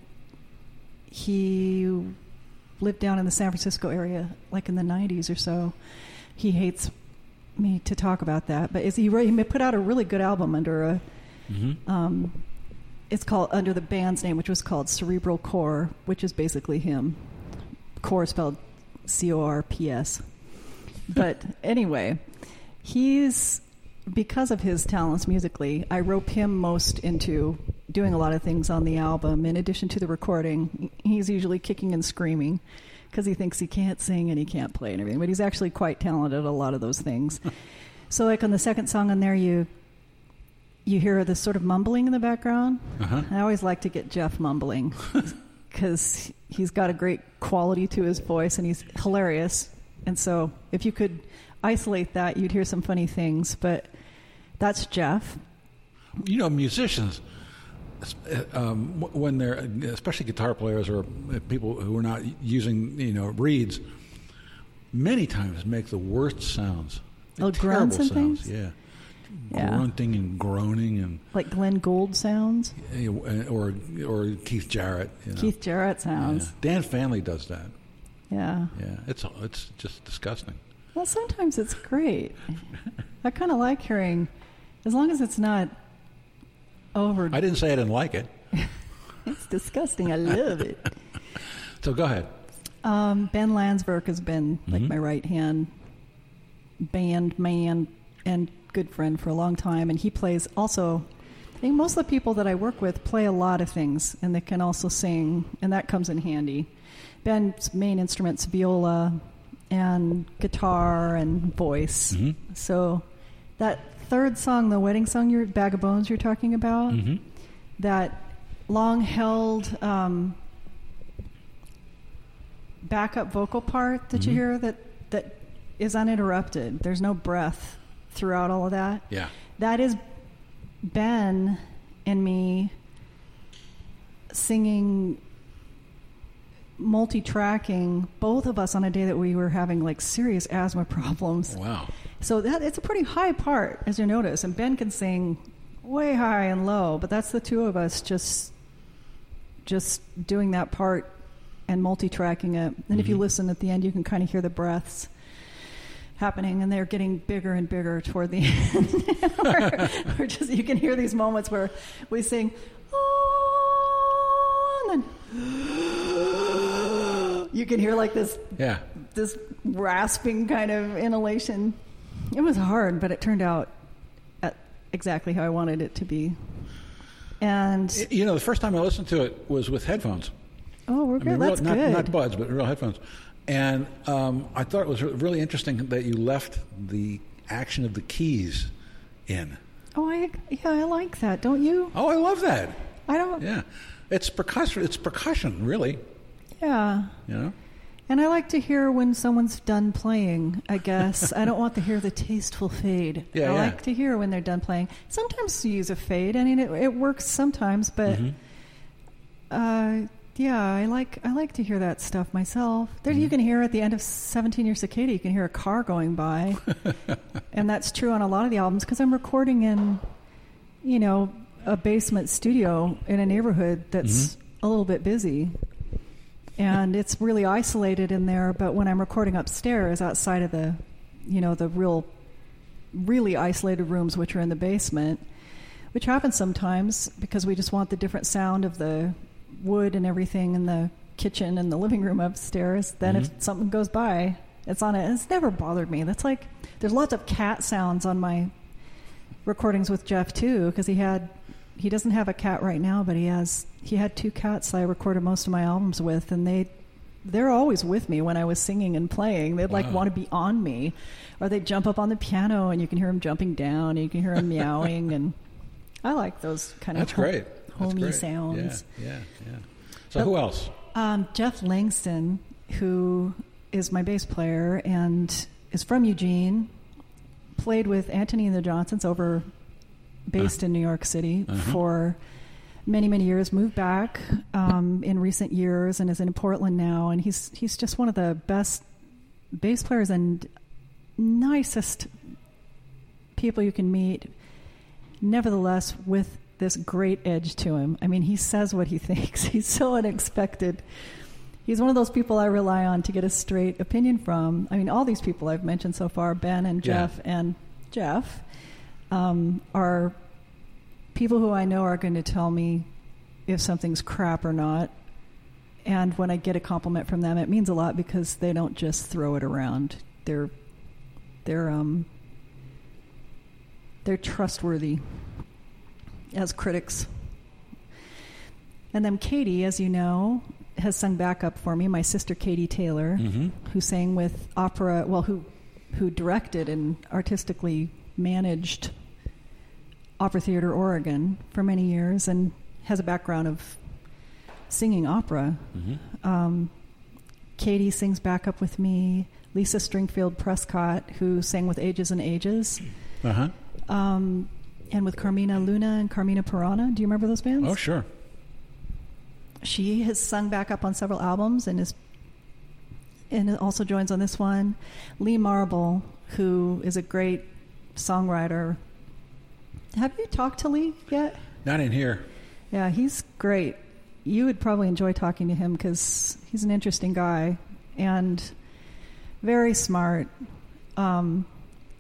[SPEAKER 2] he lived down in the San Francisco area, like in the '90s or so. He hates me to talk about that, but is he, re- he put out a really good album under a.
[SPEAKER 1] Mm-hmm.
[SPEAKER 2] Um, it's called under the band's name, which was called Cerebral Core, which is basically him. Core spelled C O R P S. But anyway, he's because of his talents musically, I rope him most into doing a lot of things on the album. In addition to the recording, he's usually kicking and screaming because he thinks he can't sing and he can't play and everything. But he's actually quite talented at a lot of those things. so, like on the second song on there, you you hear this sort of mumbling in the background.
[SPEAKER 1] Uh-huh.
[SPEAKER 2] I always like to get Jeff mumbling because he's got a great quality to his voice and he's hilarious. And so, if you could isolate that, you'd hear some funny things. But that's Jeff.
[SPEAKER 1] You know, musicians, s- uh, um, w- when they're especially guitar players or uh, people who are not using you know reeds, many times make the worst sounds.
[SPEAKER 2] Oh,
[SPEAKER 1] Terrible
[SPEAKER 2] grunts and
[SPEAKER 1] sounds.
[SPEAKER 2] things?
[SPEAKER 1] Yeah.
[SPEAKER 2] Yeah.
[SPEAKER 1] grunting and groaning and
[SPEAKER 2] Like Glenn Gould sounds,
[SPEAKER 1] uh, or or Keith Jarrett. You know.
[SPEAKER 2] Keith Jarrett
[SPEAKER 1] Yeah.
[SPEAKER 2] sounds.
[SPEAKER 1] Dan Fanley does that.
[SPEAKER 2] Yeah.
[SPEAKER 1] Yeah, it's it's just disgusting.
[SPEAKER 2] Well, sometimes it's great. I kind of like hearing, as long as it's not over.
[SPEAKER 1] I didn't say I didn't like it.
[SPEAKER 2] It's disgusting. I love it.
[SPEAKER 1] So go ahead.
[SPEAKER 2] Um, ben Landsberg has been like my right hand band man and good friend for a long time, and he plays also. I think most of the people that I work with play a lot of things, and they can also sing, and that comes in handy. Ben's main instruments viola and guitar and voice. So that third song, the wedding song, your bag of bones, you're talking
[SPEAKER 1] Mm-hmm.
[SPEAKER 2] about, that long held. Um, backup vocal part that you hear that that is uninterrupted. There's no breath throughout all of that.
[SPEAKER 1] Yeah.
[SPEAKER 2] That is Ben and me singing multi-tracking both of us on a day that we were having like serious asthma problems.
[SPEAKER 1] Wow.
[SPEAKER 2] So that it's a pretty high part, as you notice, and Ben can sing way high and low, but that's the two of us just just doing that part and multi-tracking it. And if you listen at the end, you can kind of hear the breaths happening, and they're getting bigger and bigger toward the end. we're, we're just you can hear these moments where we sing. "Oh," and then You can hear like this
[SPEAKER 1] Yeah.
[SPEAKER 2] this rasping kind of inhalation. It was hard, but it turned out at exactly how I wanted it to be. And
[SPEAKER 1] Y- You know, the first time I listened to it was with headphones.
[SPEAKER 2] oh, we're
[SPEAKER 1] I
[SPEAKER 2] good.
[SPEAKER 1] mean, real,
[SPEAKER 2] That's
[SPEAKER 1] not,
[SPEAKER 2] good.
[SPEAKER 1] not buds, but real headphones. And um, I thought it was re- really interesting that you left the action of the keys in.
[SPEAKER 2] oh, I yeah, I like that. Don't you?
[SPEAKER 1] Oh, I love that.
[SPEAKER 2] I don't. Yeah.
[SPEAKER 1] Yeah, it's percussion. It's percussion, really. You know.
[SPEAKER 2] And I like to hear when someone's done playing. I guess I don't want to hear the tasteful fade.
[SPEAKER 1] Yeah,
[SPEAKER 2] I
[SPEAKER 1] yeah.
[SPEAKER 2] like to hear when they're done playing. Sometimes you use a fade. I mean, it, it works sometimes, but.
[SPEAKER 1] Mm-hmm.
[SPEAKER 2] Uh, yeah, I like I like to hear that stuff myself. There,
[SPEAKER 1] Mm-hmm.
[SPEAKER 2] you can hear at the end of "17 Year Cicada," you can hear a car going by, and that's true on a lot of the albums because I'm recording in, you know, a basement studio in a neighborhood that's
[SPEAKER 1] Mm-hmm.
[SPEAKER 2] a little bit busy, and it's really isolated in there. But when I'm recording upstairs, outside of the, you know, the real, really isolated rooms which are in the basement, which happens sometimes because we just want the different sound of the wood and everything in the kitchen and the living room upstairs. Then if something goes by, it's on it. It's never bothered me. That's like there's lots of cat sounds on my recordings with Jeff too because he had he doesn't have a cat right now, but he has he had two cats that I recorded most of my albums with, and they they're always with me when I was singing and playing. They'd like
[SPEAKER 1] Wow.
[SPEAKER 2] want to be on me, or they jump up on the piano, and you can hear them jumping down, and you can hear them meowing, and I like those kind
[SPEAKER 1] That's
[SPEAKER 2] of hom-
[SPEAKER 1] great. That's
[SPEAKER 2] homey
[SPEAKER 1] great.
[SPEAKER 2] sounds.
[SPEAKER 1] Yeah, yeah, yeah. So who else?
[SPEAKER 2] Um, Jeff Langston, who is my bass player and is from Eugene, played with Anthony and the Johnsons over, based in New York City for many many years. Moved back um, in recent years and is in Portland now. And he's he's just one of the best bass players and nicest people you can meet. Nevertheless, with this great edge to him. I mean, he says what he thinks. He's so unexpected. He's one of those people I rely on to get a straight opinion from. I mean, all these people I've mentioned so far, Ben and
[SPEAKER 1] Yeah.
[SPEAKER 2] Jeff and Jeff, um, are people who I know are going to tell me if something's crap or not. And when I get a compliment from them, it means a lot because they don't just throw it around. They're they're um they're trustworthy as critics. And then Katie, as you know, has sung backup for me. My sister Katie Taylor,
[SPEAKER 1] Mm.
[SPEAKER 2] who sang with opera, well, who who directed and artistically managed Opera Theater Oregon for many years, and has a background of singing opera. Um, Katie sings backup with me. Lisa Stringfield Prescott, who sang with Ages and Ages,
[SPEAKER 1] Uh huh.
[SPEAKER 2] um, and with Carmina Luna and Carmina Pirana. Do you remember those bands?
[SPEAKER 1] Oh, sure.
[SPEAKER 2] She has sung backup on several albums and is and also joins on this one. Lee Marble, who is a great songwriter. Have you talked to Lee yet?
[SPEAKER 1] Not in here.
[SPEAKER 2] Yeah, he's great. You would probably enjoy talking to him because he's an interesting guy and very smart. Um,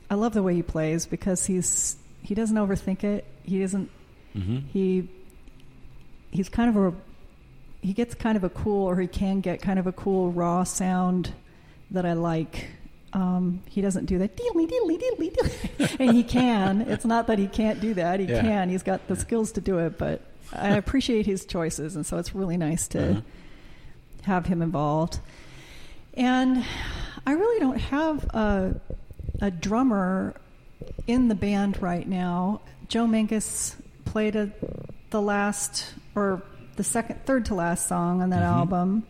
[SPEAKER 2] I love the way he plays because he's he doesn't overthink it. He doesn't.
[SPEAKER 1] Mm-hmm.
[SPEAKER 2] He he's kind of a he gets kind of a cool, or he can get kind of a cool raw sound that I like. Um, he doesn't do that deedly deedly deedly, deedly. and he can. It's not that he can't do that. He
[SPEAKER 1] Yeah.
[SPEAKER 2] can. He's got the skills to do it. But I appreciate his choices, and so it's really nice to
[SPEAKER 1] Uh-huh.
[SPEAKER 2] have him involved. And I really don't have a a drummer in the band right now. Joe Mangus played a, the last or the second, third to last song on that album,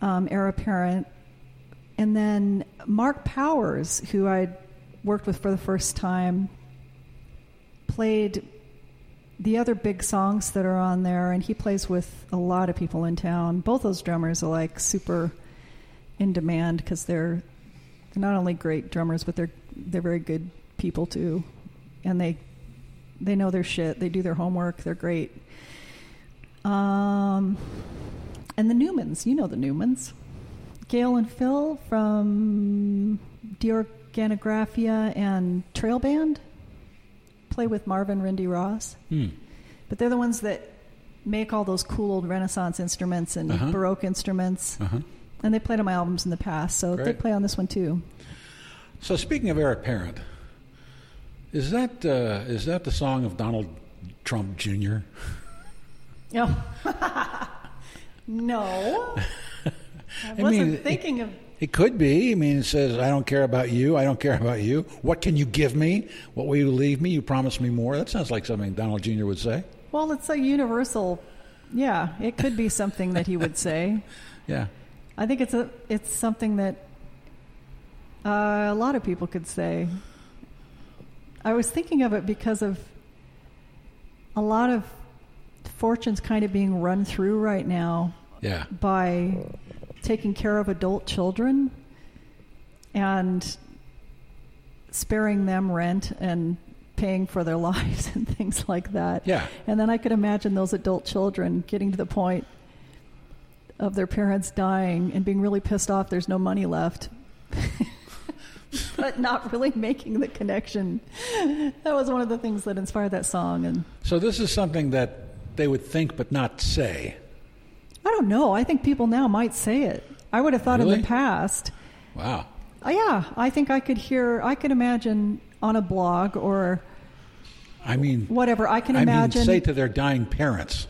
[SPEAKER 2] um, Heir Apparent. And then Mark Powers, who I worked with for the first time, played the other big songs that are on there, and he plays with a lot of people in town. Both those drummers are like super in demand because they're they're not only great drummers, but they're they're very good people too, and they they know their shit. They do their homework. They're great. Um, and the Newmans, you know the Newmans, Gail and Phil from Deorganographia and Trail Band play with Marvin Rindy Ross.
[SPEAKER 1] Hmm.
[SPEAKER 2] But they're the ones that make all those cool old Renaissance instruments and
[SPEAKER 1] Uh-huh.
[SPEAKER 2] Baroque instruments.
[SPEAKER 1] Uh huh.
[SPEAKER 2] And they played on my albums in the past, so they
[SPEAKER 1] Great.
[SPEAKER 2] play on this one too.
[SPEAKER 1] So speaking of heir apparent, is that uh, is that the song of Donald Trump Jr.?
[SPEAKER 2] No. no. I, wasn't
[SPEAKER 1] mean, it-
[SPEAKER 2] thinking of.
[SPEAKER 1] It could be. I mean, it says, "I don't care about you. I don't care about you. What can you give me? What will you leave me? You promise me more." That sounds like something Donald Jr. would say.
[SPEAKER 2] Well, it's so universal. Yeah, it could be something that he would say.
[SPEAKER 1] Yeah.
[SPEAKER 2] I think it's a it's something that uh, a lot of people could say. I was thinking of it because of a lot of fortunes kind of being run through right now
[SPEAKER 1] Yeah.
[SPEAKER 2] by taking care of adult children and sparing them rent and paying for their lives and things like that.
[SPEAKER 1] Yeah.
[SPEAKER 2] And then I could imagine those adult children getting to the point of their parents dying and being really pissed off there's no money left. but not really making the connection. That was one of the things that inspired that song and
[SPEAKER 1] So this is something that they would think but not say.
[SPEAKER 2] I don't know. I think people now might say it. I would have thought in
[SPEAKER 1] Really?
[SPEAKER 2] the past.
[SPEAKER 1] Wow.
[SPEAKER 2] Uh, yeah, I think I could hear, I could imagine on a blog or
[SPEAKER 1] I mean,
[SPEAKER 2] whatever. I can
[SPEAKER 1] I mean,
[SPEAKER 2] imagine.
[SPEAKER 1] say to their dying parents.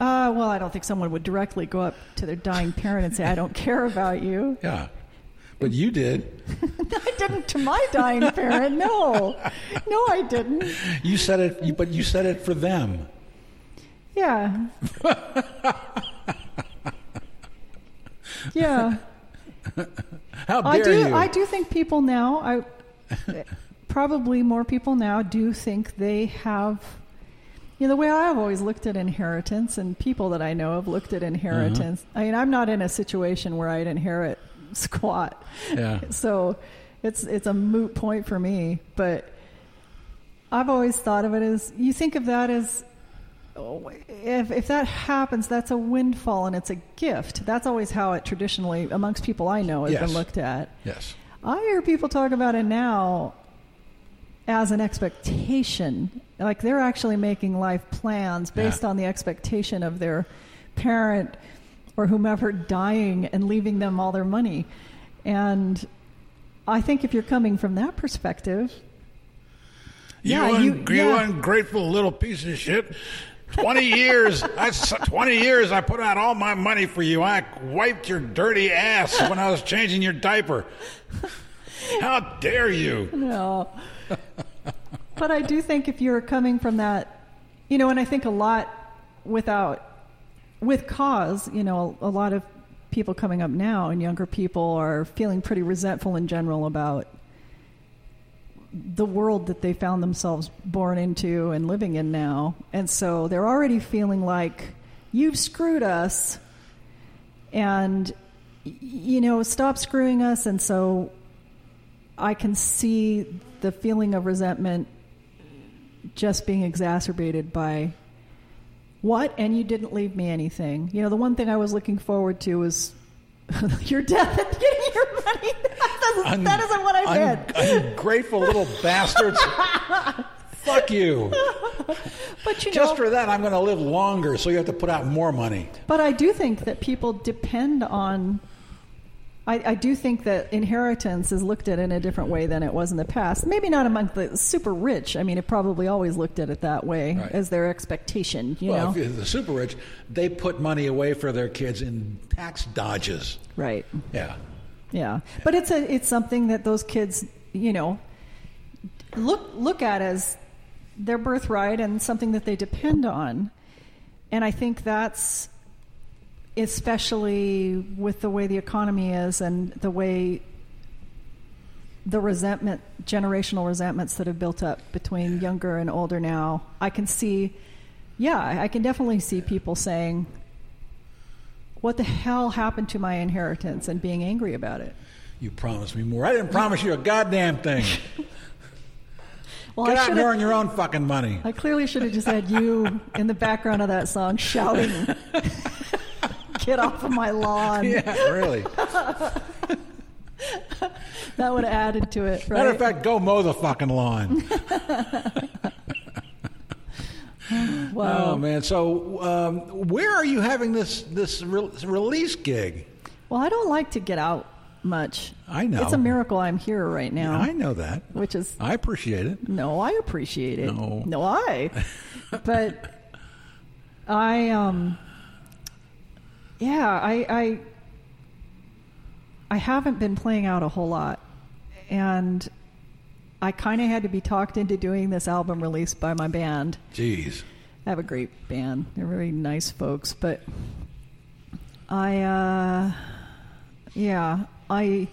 [SPEAKER 2] uh, well, I don't think someone would directly go up to their dying parent and say, I don't care about you.
[SPEAKER 1] Yeah. But you did.
[SPEAKER 2] I didn't to my dying parent. No, no, I didn't.
[SPEAKER 1] You said it, you- but you said it for them.
[SPEAKER 2] Yeah. Yeah.
[SPEAKER 1] How dare
[SPEAKER 2] I do.
[SPEAKER 1] you?
[SPEAKER 2] I do think people now. I probably more people now do think they have. You know, the way I've always looked at inheritance, and people that I know have looked
[SPEAKER 1] Uh-huh.
[SPEAKER 2] at inheritance. I mean, I'm not in a situation where I'd inherit squat,
[SPEAKER 1] Yeah.
[SPEAKER 2] so it's it's a moot point for me. But I've always thought of it as you think of that as oh, if if that happens, that's a windfall and it's a gift. That's always how it traditionally amongst people I know has
[SPEAKER 1] Yes.
[SPEAKER 2] been looked at.
[SPEAKER 1] Yes.
[SPEAKER 2] I hear people talk about it now as an expectation. Like they're actually making life plans based
[SPEAKER 1] Yeah.
[SPEAKER 2] on the expectation of their parent or whomever dying and leaving them all their money. And I think if you're coming from that perspective,
[SPEAKER 3] You,
[SPEAKER 2] Yeah,
[SPEAKER 3] un-
[SPEAKER 2] you-
[SPEAKER 3] you,
[SPEAKER 2] yeah.
[SPEAKER 3] ungrateful little piece of shit. 20 years, that's 20 years I put out all my money for you. I wiped your dirty ass when I was changing your diaper. How dare you?
[SPEAKER 2] No. but I do think if you're coming from that, you know, and I think a lot without, with cause, you know, a, a lot of people coming up now and younger people are feeling pretty resentful in general about the world that they found themselves born into and living in now. And so they're already feeling like, you've screwed us. And, y- you know, stop screwing us. And so I can see the feeling of resentment just being exacerbated by what and you didn't leave me anything. You know, the one thing I was looking forward to was your death and getting your money. That doesn't,
[SPEAKER 1] Un-
[SPEAKER 2] that isn't what I
[SPEAKER 1] un-
[SPEAKER 2] meant.
[SPEAKER 1] Ungrateful little bastards. Fuck you.
[SPEAKER 2] But you
[SPEAKER 1] Just
[SPEAKER 2] know,
[SPEAKER 1] for that, I'm going to live longer, so you have to put out more money.
[SPEAKER 2] But I do think that people depend on. I, I do think that inheritance is looked at in a different way than it was in the past. Maybe not among the super rich. I mean, it probably always looked at it that way
[SPEAKER 1] Right.
[SPEAKER 2] as their expectation. You
[SPEAKER 1] well,
[SPEAKER 2] know,
[SPEAKER 1] if the super rich, they put money away for their kids in tax dodges.
[SPEAKER 2] right?
[SPEAKER 1] Yeah.
[SPEAKER 2] Yeah. But it's a it's something that those kids, you know, look look at as their birthright and something that they depend on. And I think that's especially with the way the economy is and the way the resentment generational resentments that have built up between younger and older now. I can see yeah, I I can definitely see people saying what the hell happened to my inheritance and being angry about it.
[SPEAKER 1] You promised me more. I didn't promise you a goddamn thing.
[SPEAKER 2] Well,
[SPEAKER 1] Get
[SPEAKER 2] I
[SPEAKER 1] out
[SPEAKER 2] should
[SPEAKER 1] and earn
[SPEAKER 2] have.
[SPEAKER 1] your own fucking money.
[SPEAKER 2] I clearly should have just had you in the background of that song shouting, "Get off of my lawn!"
[SPEAKER 1] Yeah, really.
[SPEAKER 2] That would have added to it, right? Oh.
[SPEAKER 1] Matter of fact, go mow the fucking lawn.
[SPEAKER 2] wow.
[SPEAKER 1] oh man. So, um, where are you having this this re- release gig?
[SPEAKER 2] well, I don't like to get out much.
[SPEAKER 1] I know.
[SPEAKER 2] It's a miracle I'm here right now,
[SPEAKER 1] Oh. I know that.
[SPEAKER 2] which is
[SPEAKER 1] I appreciate it.
[SPEAKER 2] No, I appreciate it.
[SPEAKER 1] No.
[SPEAKER 2] I. but I um yeah, I I I haven't been playing out a whole lot. And I kind of had to be talked into doing this album release by my band.
[SPEAKER 1] Jeez.
[SPEAKER 2] I have a great band. They're really nice folks, but I uh yeah, I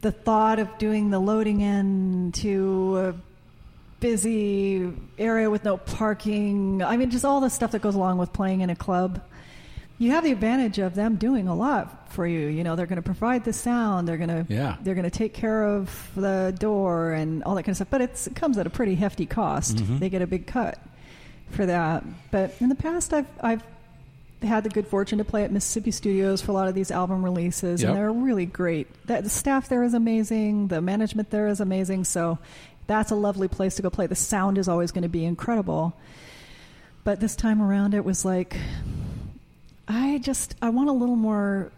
[SPEAKER 2] the thought of doing the loading in to a busy area with no parking. I mean, just all the stuff that goes along with playing in a club. You have the advantage of them doing a lot for you. You know, they're going to provide the sound. They're going to
[SPEAKER 1] Yeah.
[SPEAKER 2] they're going to take care of the door and all that kind of stuff. But it's, it comes at a pretty hefty cost. They get a big cut for that. But in the past, I've I've had the good fortune to play at Mississippi Studios for a lot of these album releases,
[SPEAKER 1] Yep.
[SPEAKER 2] and they're really great. That, the staff there is amazing. The management there is amazing. So that's a lovely place to go play. The sound is always going to be incredible. But this time around, it was like, I just I want a little more.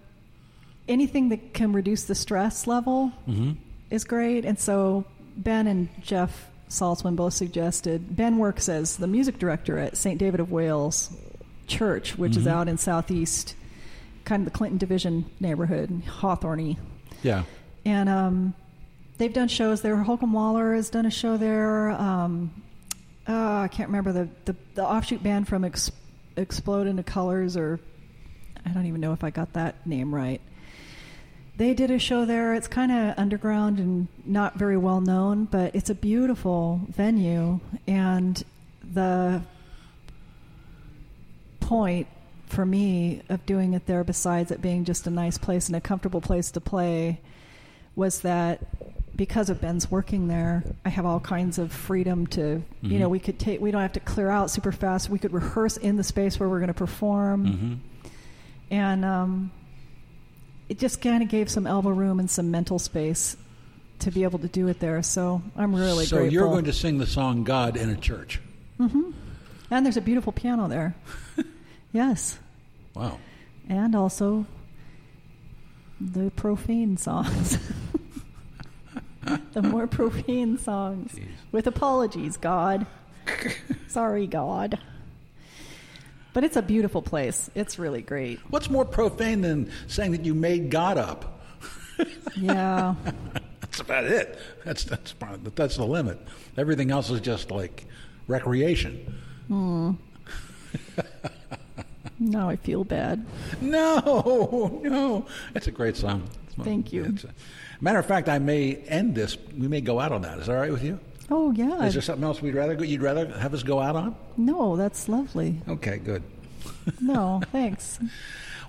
[SPEAKER 2] Anything that can reduce the stress level
[SPEAKER 1] Mm-hmm.
[SPEAKER 2] is great. And so Ben and Jeff Saltzman both suggested. Ben works as the music director at St. David of Wales Church, which is out in southeast, kind of the Clinton Division neighborhood, Hawthorne.
[SPEAKER 1] Yeah.
[SPEAKER 2] And um, they've done shows there. Holcomb Waller has done a show there. Um, uh, I can't remember the, the, the offshoot band from Ex- Explode into Colors, or I don't even know if I got that name right. They did a show there. It's kind of underground and not very well known, but it's a beautiful venue. And the point for me of doing it there, besides it being just a nice place and a comfortable place to play, was that because of Ben's working there, I have all kinds of freedom to, you know, we could take, we don't have to clear out super fast. We could rehearse in the space where we're going to perform.
[SPEAKER 1] Mm-hmm.
[SPEAKER 2] And um, it just kind of gave some elbow room and some mental space to be able to do it there. So I'm really
[SPEAKER 1] so
[SPEAKER 2] grateful.
[SPEAKER 1] you're going to sing the song God in a church.
[SPEAKER 2] and there's a beautiful piano there. yes.
[SPEAKER 1] Wow.
[SPEAKER 2] and also the profane songs. the more profane songs
[SPEAKER 1] Jeez.
[SPEAKER 2] with apologies, God. Sorry, God. But it's a beautiful place. It's really great.
[SPEAKER 1] What's more profane than saying that you made God up?
[SPEAKER 2] Yeah.
[SPEAKER 1] That's about it. That's that's probably, that's the limit. Everything else is just like recreation.
[SPEAKER 2] now I feel bad.
[SPEAKER 1] No, no, that's a great song. It's my-
[SPEAKER 2] Thank you.
[SPEAKER 1] it's a- matter of fact, I may end this. We may go out on that. Is that all right with you?
[SPEAKER 2] Oh yeah.
[SPEAKER 1] Is there something else we'd rather go, you'd rather have us go out on?
[SPEAKER 2] no, that's lovely.
[SPEAKER 1] Okay, good.
[SPEAKER 2] No, thanks.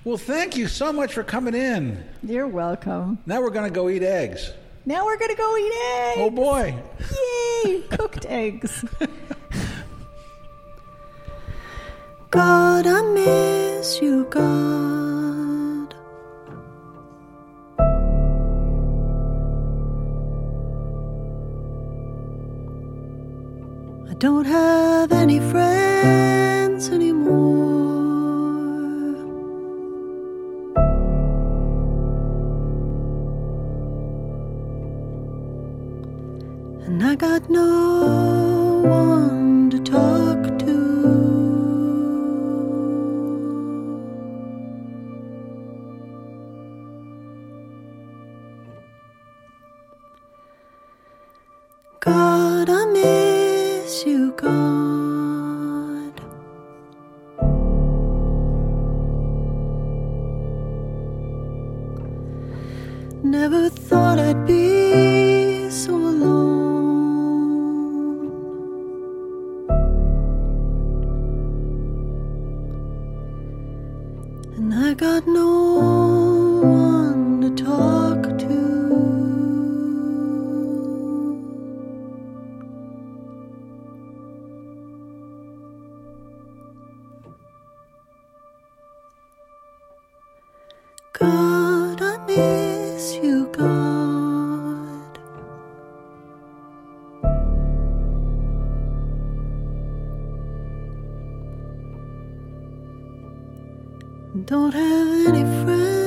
[SPEAKER 1] Well, thank you so much for coming in.
[SPEAKER 2] You're welcome.
[SPEAKER 1] Now we're going to go eat eggs.
[SPEAKER 2] Now we're gonna go eat eggs.
[SPEAKER 1] Oh boy.
[SPEAKER 2] Yay! Cooked eggs.
[SPEAKER 5] God, I miss you, God. I don't have any friends anymore. And I got no one to talk to. God, I miss you, God. Never thought I'd be so alone. And I got no one to talk to. God, I miss you, God. Don't have any friends.